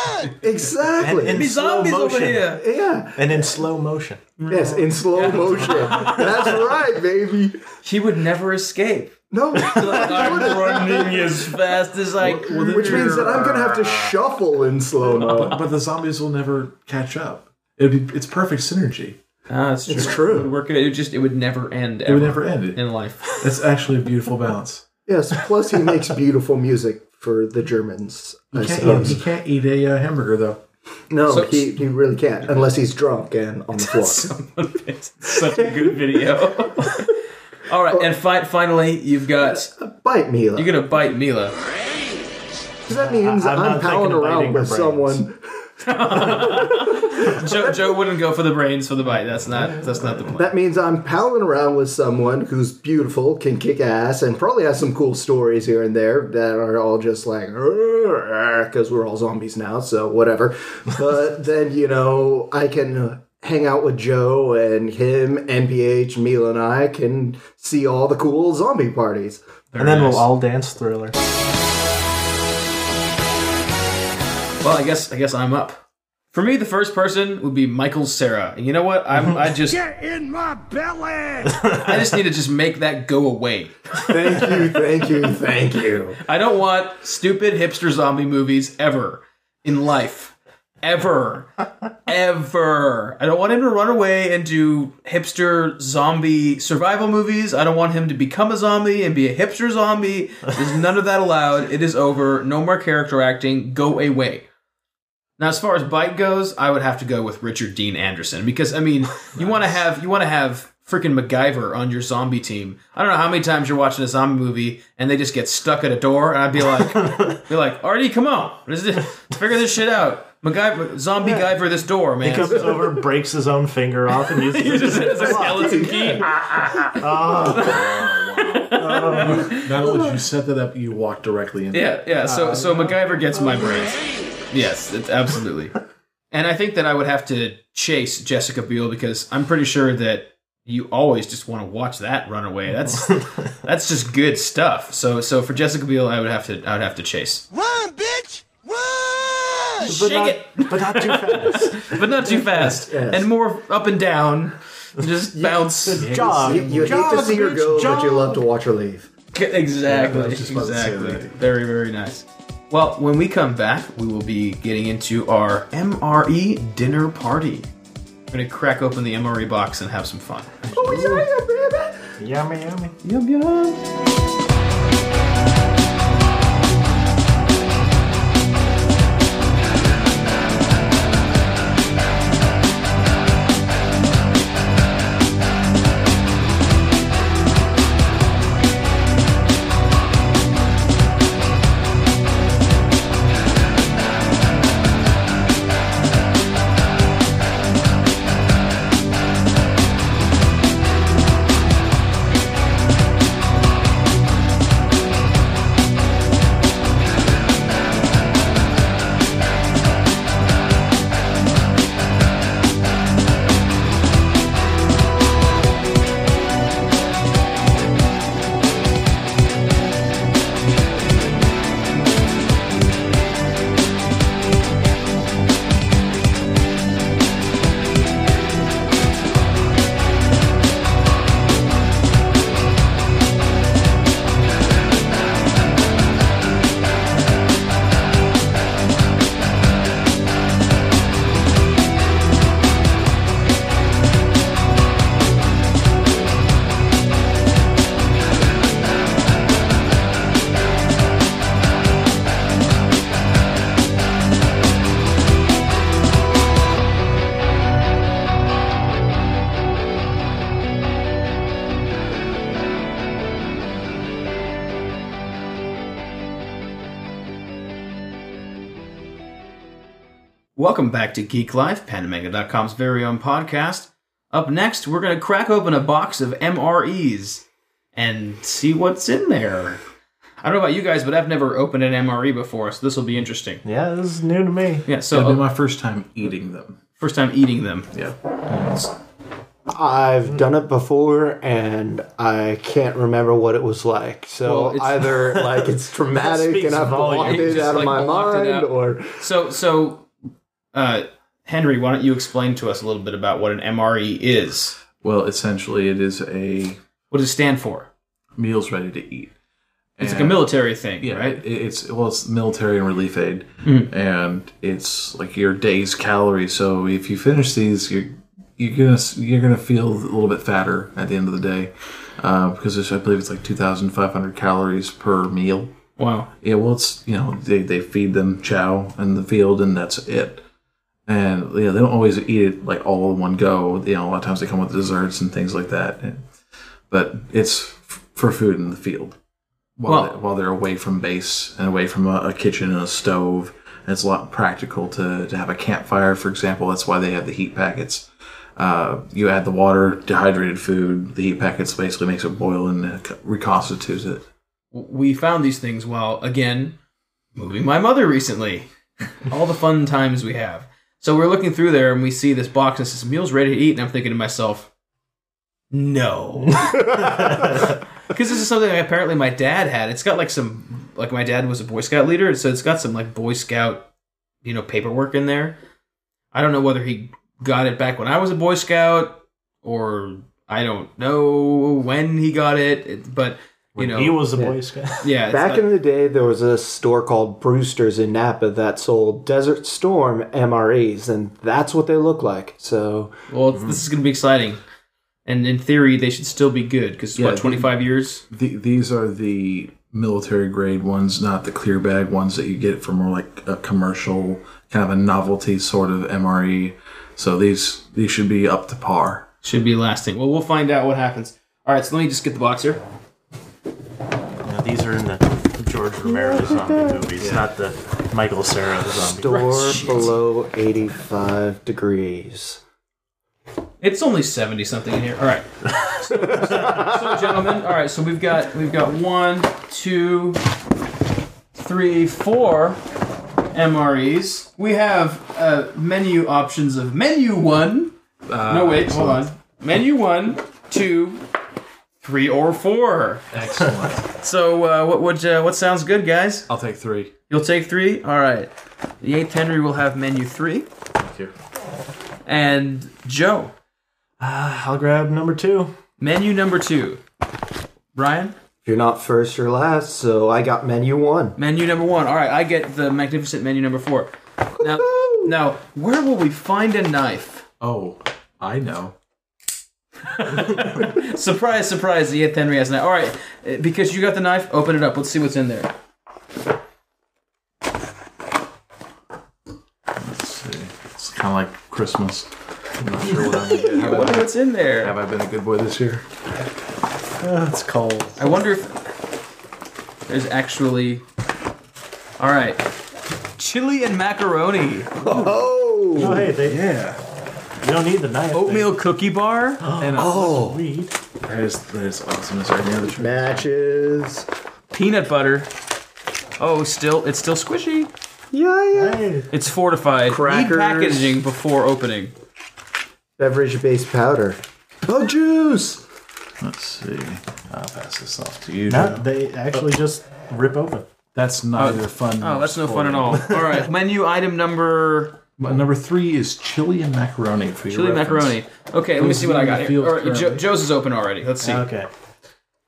G: Run!
D: Exactly.
F: And- and-
A: Be zombies
F: Slow
A: over
F: motion.
A: here.
D: yeah.
F: And in slow motion.
D: Yes, in slow motion. That's right, baby.
A: He would never escape.
D: No.
A: I'm running as fast as I can.
D: Which means that I'm gonna have to shuffle in slow mo.
B: But, but the zombies will never catch up. It'd be, it's perfect synergy.
A: Ah, that's true.
D: true.
A: It would work. It would just it would never end.
B: It
A: Ever
B: would never end. It.
A: in life.
B: It's actually a beautiful balance.
D: Yes. Plus, he makes beautiful music for the Germans. I
B: He can't,
D: suppose.
B: eat, he can't eat a uh, hamburger though.
D: no,
A: So-
D: he, he really can't unless he's drunk and on the floor.
A: Someone picked such a good video. All right, and fi- finally, you've got
D: Bite me.
A: you're gonna bite Mila.
D: that means
F: I- I'm
D: I'm,
F: not
D: palling
F: thinking of biting
D: around with
F: her brains.
D: someone.
A: Joe, Joe wouldn't go for the brains for the bite. That's not that's not the plan.
D: That means I'm palling around with someone who's beautiful, can kick ass, and probably has some cool stories here and there that are all just like, because we're all zombies now, so whatever. But then, you know, I can hang out with Joe and him, NPH, Mila, and I can see all the cool zombie parties.
F: and then
A: nice.
F: we'll all dance thriller.
A: Well, I guess I guess I'm up. For me, the first person would be Michael Sarah. And you know what? I'm I just
G: Get in my belly!
A: I just need to just make that go away.
D: Thank you, thank you, thank you.
A: I don't want stupid hipster zombie movies ever in life. Ever. ever. I don't want him to run away and do hipster zombie survival movies. I don't want him to become a zombie and be a hipster zombie. There's none of that allowed. It is over. No more character acting. Go away. Now, as far as bite goes, I would have to go with Richard Dean Anderson because I mean, you want to have you want to have freaking MacGyver on your zombie team. I don't know how many times you're watching a zombie movie and they just get stuck at a door, and I'd be like, be like, Artie, come on, Let's just figure this shit out. MacGyver, zombie Guyver, this door, man.
F: Comes over, breaks his own finger off, and uses it
A: Just as a skeleton key.
B: Not only did you set that up, you walked directly into.
A: Yeah, yeah. So
F: Uh,
A: so MacGyver gets my brains. Yes, it's absolutely. and I think that I would have to chase Jessica Biel because I'm pretty sure that you always just want to watch that run away. That's that's just good stuff. So so for Jessica Biel, I would have to I would have to chase,
G: Run, bitch! Run!
A: shake
F: not,
A: it,
F: but not too fast.
A: but not too fast, and more up and down. Just bounce.
D: You,
F: Jog,
D: you hate to
F: jog,
D: see her
F: bitch,
D: go, but you
F: jog.
D: love to watch her leave.
A: Exactly.
B: Yeah, I was just about to say
A: exactly.
B: that.
A: Very, very nice. Well, when we come back, we will be getting into our MRE dinner party. We're going to crack open the MRE box and have some fun.
F: Yummy, yummy.
A: Yum, yum. Welcome back to Geek Life, Panamanga.com's very own podcast. Up next, we're going to crack open a box of MREs and see what's in there. I don't know about you guys, but I've never opened an MRE before, so this will be interesting.
F: Yeah, this is new to me.
A: Yeah,
B: That'll
A: so
B: be my first time eating them.
A: first time eating them.
B: Yeah.
A: Hmm.
D: I've done it before and I can't remember what it was like.
A: Well,
D: So
A: it's-
D: either like it's traumatic
F: speaks
D: and I've blocked
F: volumes.
D: it
A: Just,
D: out
A: like,
D: of my
A: blocked it
D: mind
A: out.
D: or
A: So, so, uh, Henry, why don't you explain to us a little bit about what an MRE is?
B: Well, essentially, it is a
A: What does it stand for?
B: meals ready to eat.
A: It's like a
B: And-
A: military thing,
B: Yeah,
A: right?
B: it- it's well, it's military and relief aid,
A: Mm.
B: and it's like your day's calories. So if you finish these, you're you're gonna s- you're gonna feel a little bit fatter at the end of the day, uh, because it's, I believe it's like two thousand five hundred calories per meal.
A: Wow.
B: Yeah, well, it's you know they, they feed them chow in the field and that's it. And yeah, they don't always eat it like all in one go. You know, a lot of times they come with desserts and things like that. And- But it's f- for food in the field while
A: Well-
B: they, while they're away from base and away from a, a kitchen and a stove. And it's a lot practical to to have a campfire, for example. That's why they have the heat packets. Uh, you add the water, dehydrated food. The heat packets basically makes it boil and uh, co- reconstitutes it.
A: we found these things while again moving my mother recently. All the fun times we have. So we're looking through there and we see this box and it says meals ready to eat, and I'm thinking to myself, no, because this is something that apparently my dad had. It's got like some like my dad was a Boy Scout leader, so it's got some like Boy Scout you know paperwork in there. I don't know whether he got it back when I was a Boy Scout or I don't know when he got it, it- but you know
F: He was a Boy Scout.
A: yeah it's
D: Back
A: like-
D: in the day, there was a store called Brewster's in Napa that sold Desert Storm MREs, and that's what they look like. So
A: Well, it's- this is going to be exciting. And in theory, they should still be good because
B: Yeah,
A: what
B: they-
A: twenty five years?
B: The, these are the military grade ones, not the clear bag ones that you get for more like a commercial kind of a novelty sort of MRE. So these these should be up to par.
A: Should be lasting. Well, we'll find out what happens. All right, so let me just get the box here.
F: Yeah, these are in the George Romero zombie movies, not the Michael Cera zombie.
D: store below 85 degrees.
A: It's only seventy something in here. All right. So, so, gentlemen, all right. So we've got we've got one, two, three, four MREs. We have uh, menu options of menu one. no wait, hold on. Menu one, two, three, or four.
B: Excellent.
A: So uh, what what uh, what sounds good, guys?
B: I'll take three.
A: You'll take three. All right. The eighth Henry will have menu three,
B: Thank you.
A: and Joe
F: I'll grab number two.
A: menu number two. Brian
D: You're not first or last, so I got menu one.
A: menu number one. All right, I get the magnificent menu number four. Now now where will we find a knife?
B: Oh, I know.
A: Surprise, surprise! The eighth Henry has a knife. All right, uh, because you got the knife, open it up. Let's see what's in there.
B: It's kind of like Christmas. I'm not sure what I'm gonna get. Have
A: Wonder
B: I,
A: what's in there.
B: have I been a good boy this year?
F: That's cold.
A: I wonder if there's actually. All right, chili and macaroni.
D: Oh!
E: Oh, hey, they,
B: Yeah.
F: You don't need the knife.
A: oatmeal cookie bar.
B: And uh,
D: Oh!
F: Read.
B: that is that is awesomeness right now. The tr-
D: Matches.
A: peanut butter. Oh, still it's still squishy.
D: Yeah, yeah.
E: hey,
A: It's fortified.
D: Crackers.
A: Need packaging before opening.
D: Beverage based powder. Oh, juice!
B: Let's see. I'll pass this off to you.
F: No,
B: Joe.
F: they actually just rip open.
B: That's neither fun.
A: Oh,
B: nor
A: that's no fun at
B: spoiled.
A: all. All right, menu item number
B: But number three is chili and macaroni for your
A: chili
B: reference.
A: macaroni. Okay, let me see what I got here. All right, Jo- Joe's is open already. Let's see.
F: Okay.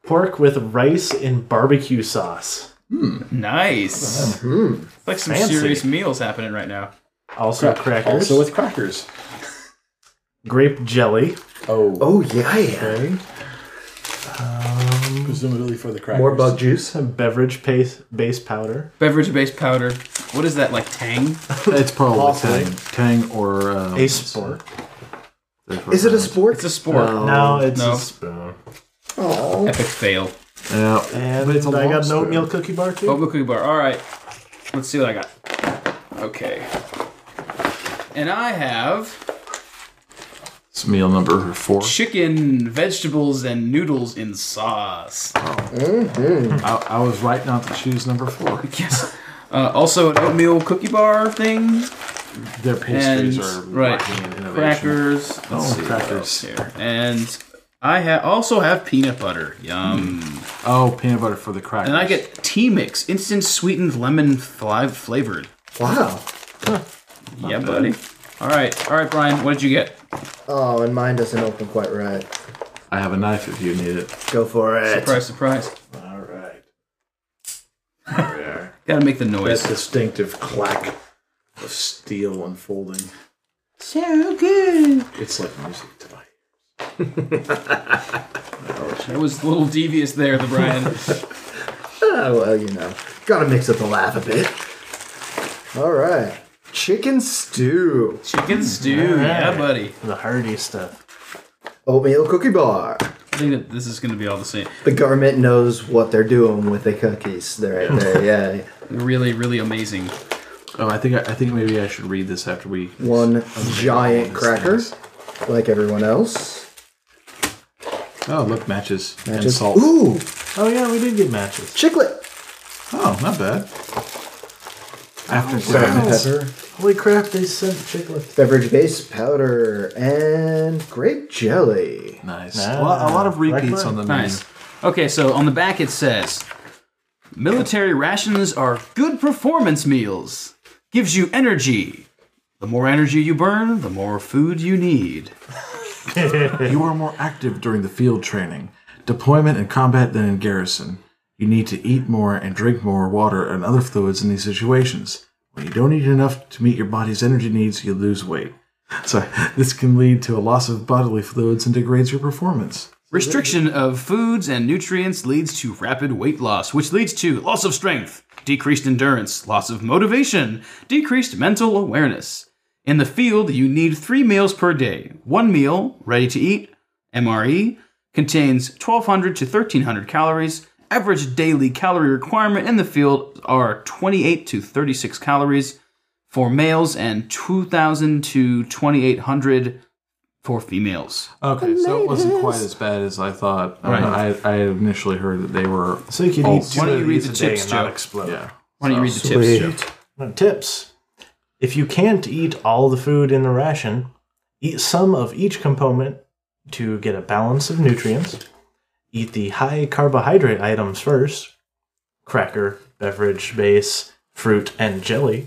F: Pork with rice and barbecue sauce.
A: Nice. Like some
F: Hmm. Fancy.
A: serious meals happening right now.
F: Also crackers.
B: Also with crackers.
F: grape jelly.
B: Oh,
D: Oh, yeah, yeah.
B: okay. Presumably for the crackers.
D: More bug juice.
F: Beverage paste base powder.
A: Beverage based powder. What is that like Tang?
B: It's probably
D: Possibly.
B: tang, tang or um,
F: A sport.
D: Is it a sport?
A: It's a sport.
F: No, it's
A: Oh, No.
F: a spoon.
A: Epic fail.
B: Yeah,
F: And
B: but it's a
F: I
B: long
F: got an
B: spoon.
F: oatmeal cookie bar too.
A: Oatmeal cookie bar. All right, let's see what I got. Okay. And I have
B: It's meal number four.
A: chicken, vegetables, and noodles in sauce.
B: I, I was right not to choose number four.
A: Yes. Uh, also, an oatmeal cookie bar thing.
B: Their pastries
A: And-
B: are
A: right.
B: lacking in innovation.
A: Crackers. Let's
B: Oh,
A: see what
B: crackers.
A: else Here. And I ha- also have peanut butter. Yum.
B: Oh, peanut butter for the crackers.
A: And I get tea mix, instant sweetened lemon fly- flavored.
D: Wow.
A: yeah, buddy. All right. All right, Brian, what did you get?
D: Oh, and mine doesn't open quite right.
B: I have a knife if you need it.
D: Go for it.
A: Surprise, surprise.
B: All right.
A: Gotta make the noise.
B: That distinctive clack of steel unfolding. So good. It's like music to my
A: It was a little devious there, the Brian.
D: Oh, well, you know, gotta mix up the laugh a bit. All right, chicken stew,
A: Chicken stew, yeah, buddy.
F: The hardy stuff.
D: oatmeal cookie bar.
A: I think that this is gonna be all the same.
D: The government knows what they're doing with the cookies. They're right there. Yeah,
A: Really, really amazing.
B: Oh, I think I, I think maybe I should read this after we.
D: one giant cracker, like everyone else.
B: Oh, look, matches, and
D: Matches.
B: salt.
D: Ooh,
F: Oh yeah, we did get matches.
D: chiclet.
B: Oh, not bad. After
D: Salt and pepper,
F: Holy crap, they sent chiclet.
D: beverage base powder, and grape jelly.
B: nice. a, lot, a lot of repeats on the menu.
A: Nice. Okay, so on the back it says military rations are good performance meals. Gives you energy. The more energy you burn, the more food you need.
B: You are more active during the field training, deployment, and combat than in garrison. You need to eat more and drink more water and other fluids in these situations. When you don't eat enough to meet your body's energy needs, you lose weight. So this can lead to a loss of bodily fluids and degrades your performance.
A: Restriction of foods and nutrients leads to rapid weight loss, which leads to loss of strength, decreased endurance, loss of motivation, decreased mental awareness. In the field, you need three meals per day. One meal, ready to eat, MRE, contains 1200 to 1300 calories. Average daily calorie requirement in the field are 28 to 36 calories for males and 2000 to 2800 for females.
B: Okay, so it wasn't quite as bad as I thought. Right. I, I initially heard that they were.
F: So you can
B: Oh,
F: eat two
A: why don't
F: of
A: you read
F: these
A: the
F: a day
A: tips,
F: and not
A: Joe?
F: explode.
B: Yeah.
A: Why don't you read the
D: Sweet.
A: tips? Joe?
F: Uh, Tips. If you can't eat all the food in the ration, eat some of each component to get a balance of nutrients. Eat the high carbohydrate items first cracker, beverage base, fruit, and jelly.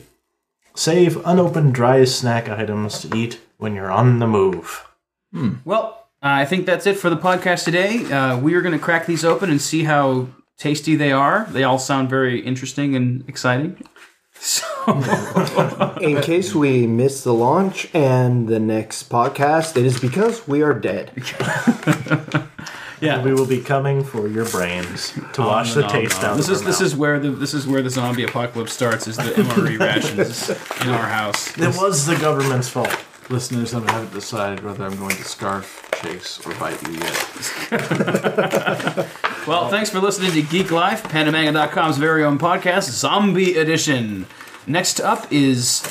F: Save unopened dry snack items to eat when you're on the move.
A: Well, uh, I think that's it for the podcast today. Uh, we are going to crack these open and see how tasty they are. They all sound very interesting and exciting.
D: In case we miss the launch and the next podcast, it is because we are dead.
A: Yeah.
F: We will be coming for your brains to wash the taste out.
A: This
F: of
A: is this is where the this is where the zombie apocalypse starts. Is the MRE rations in our house?
F: It was the government's fault.
B: Listeners, I haven't decided whether I'm going to scarf, chase, or bite you yet.
A: Well, thanks for listening to Geek Life, Pandamanga.com's very own podcast, Zombie Edition. Next up is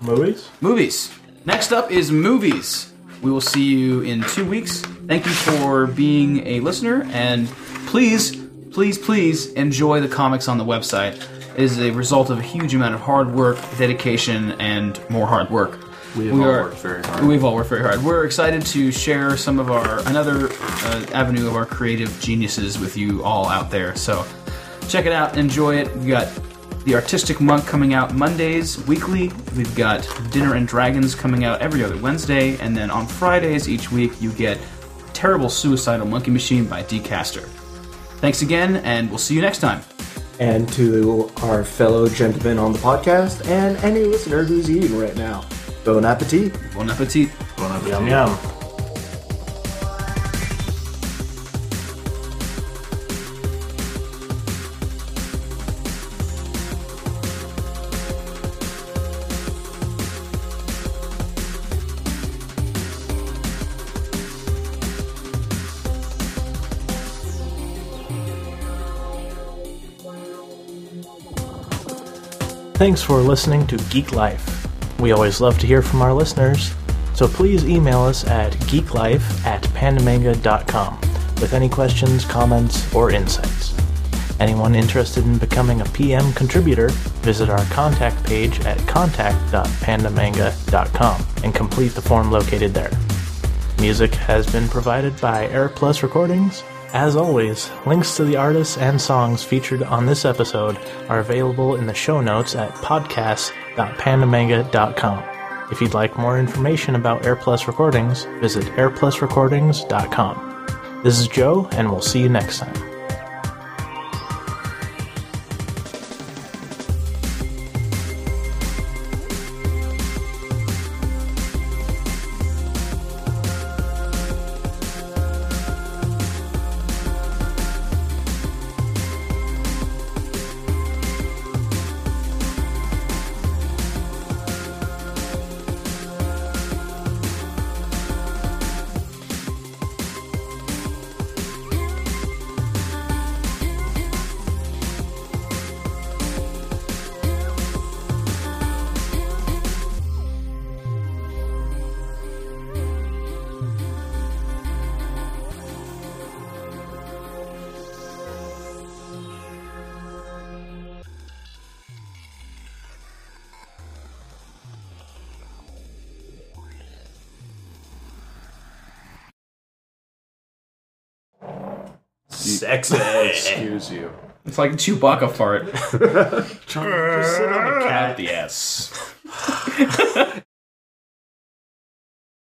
F: Movies?
A: Movies. Next up is movies. We will see you in two weeks. Thank you for being a listener, and please, please, please enjoy the comics on the website. It is a result of a huge amount of hard work, dedication, and more hard work. We
B: have all worked very hard.
A: We've all worked very hard. We're excited to share some of our another uh, avenue of our creative geniuses with you all out there. So check it out, enjoy it. We've got The Artistic Monk coming out Mondays weekly. We've got Dinner and Dragons coming out every other Wednesday. And then on Fridays each week, you get Terrible Suicidal Monkey Machine by D. Caster. Thanks again, and we'll see you next time.
D: And to our fellow gentlemen on the podcast and any listener who's eating right now, bon appetit.
A: Bon appetit.
F: Yum yum. Thanks for listening to Geek Life. We always love to hear from our listeners, so please email us at geeklife at pandamanga.com with any questions, comments, or insights. Anyone interested in becoming a PM contributor, visit our contact page at contact.pandamanga.com and complete the form located there. Music has been provided by Air Plus Recordings. As always, links to the artists and songs featured on this episode are available in the show notes at podcast.pandamanga.com. If you'd like more information about Air Plus Recordings, visit airplusrecordings.com. This is Joe, and we'll see you next time. Sexy.
B: Excuse you.
A: It's like Chewbacca fart.
F: Just sit on a cat.
A: Yes.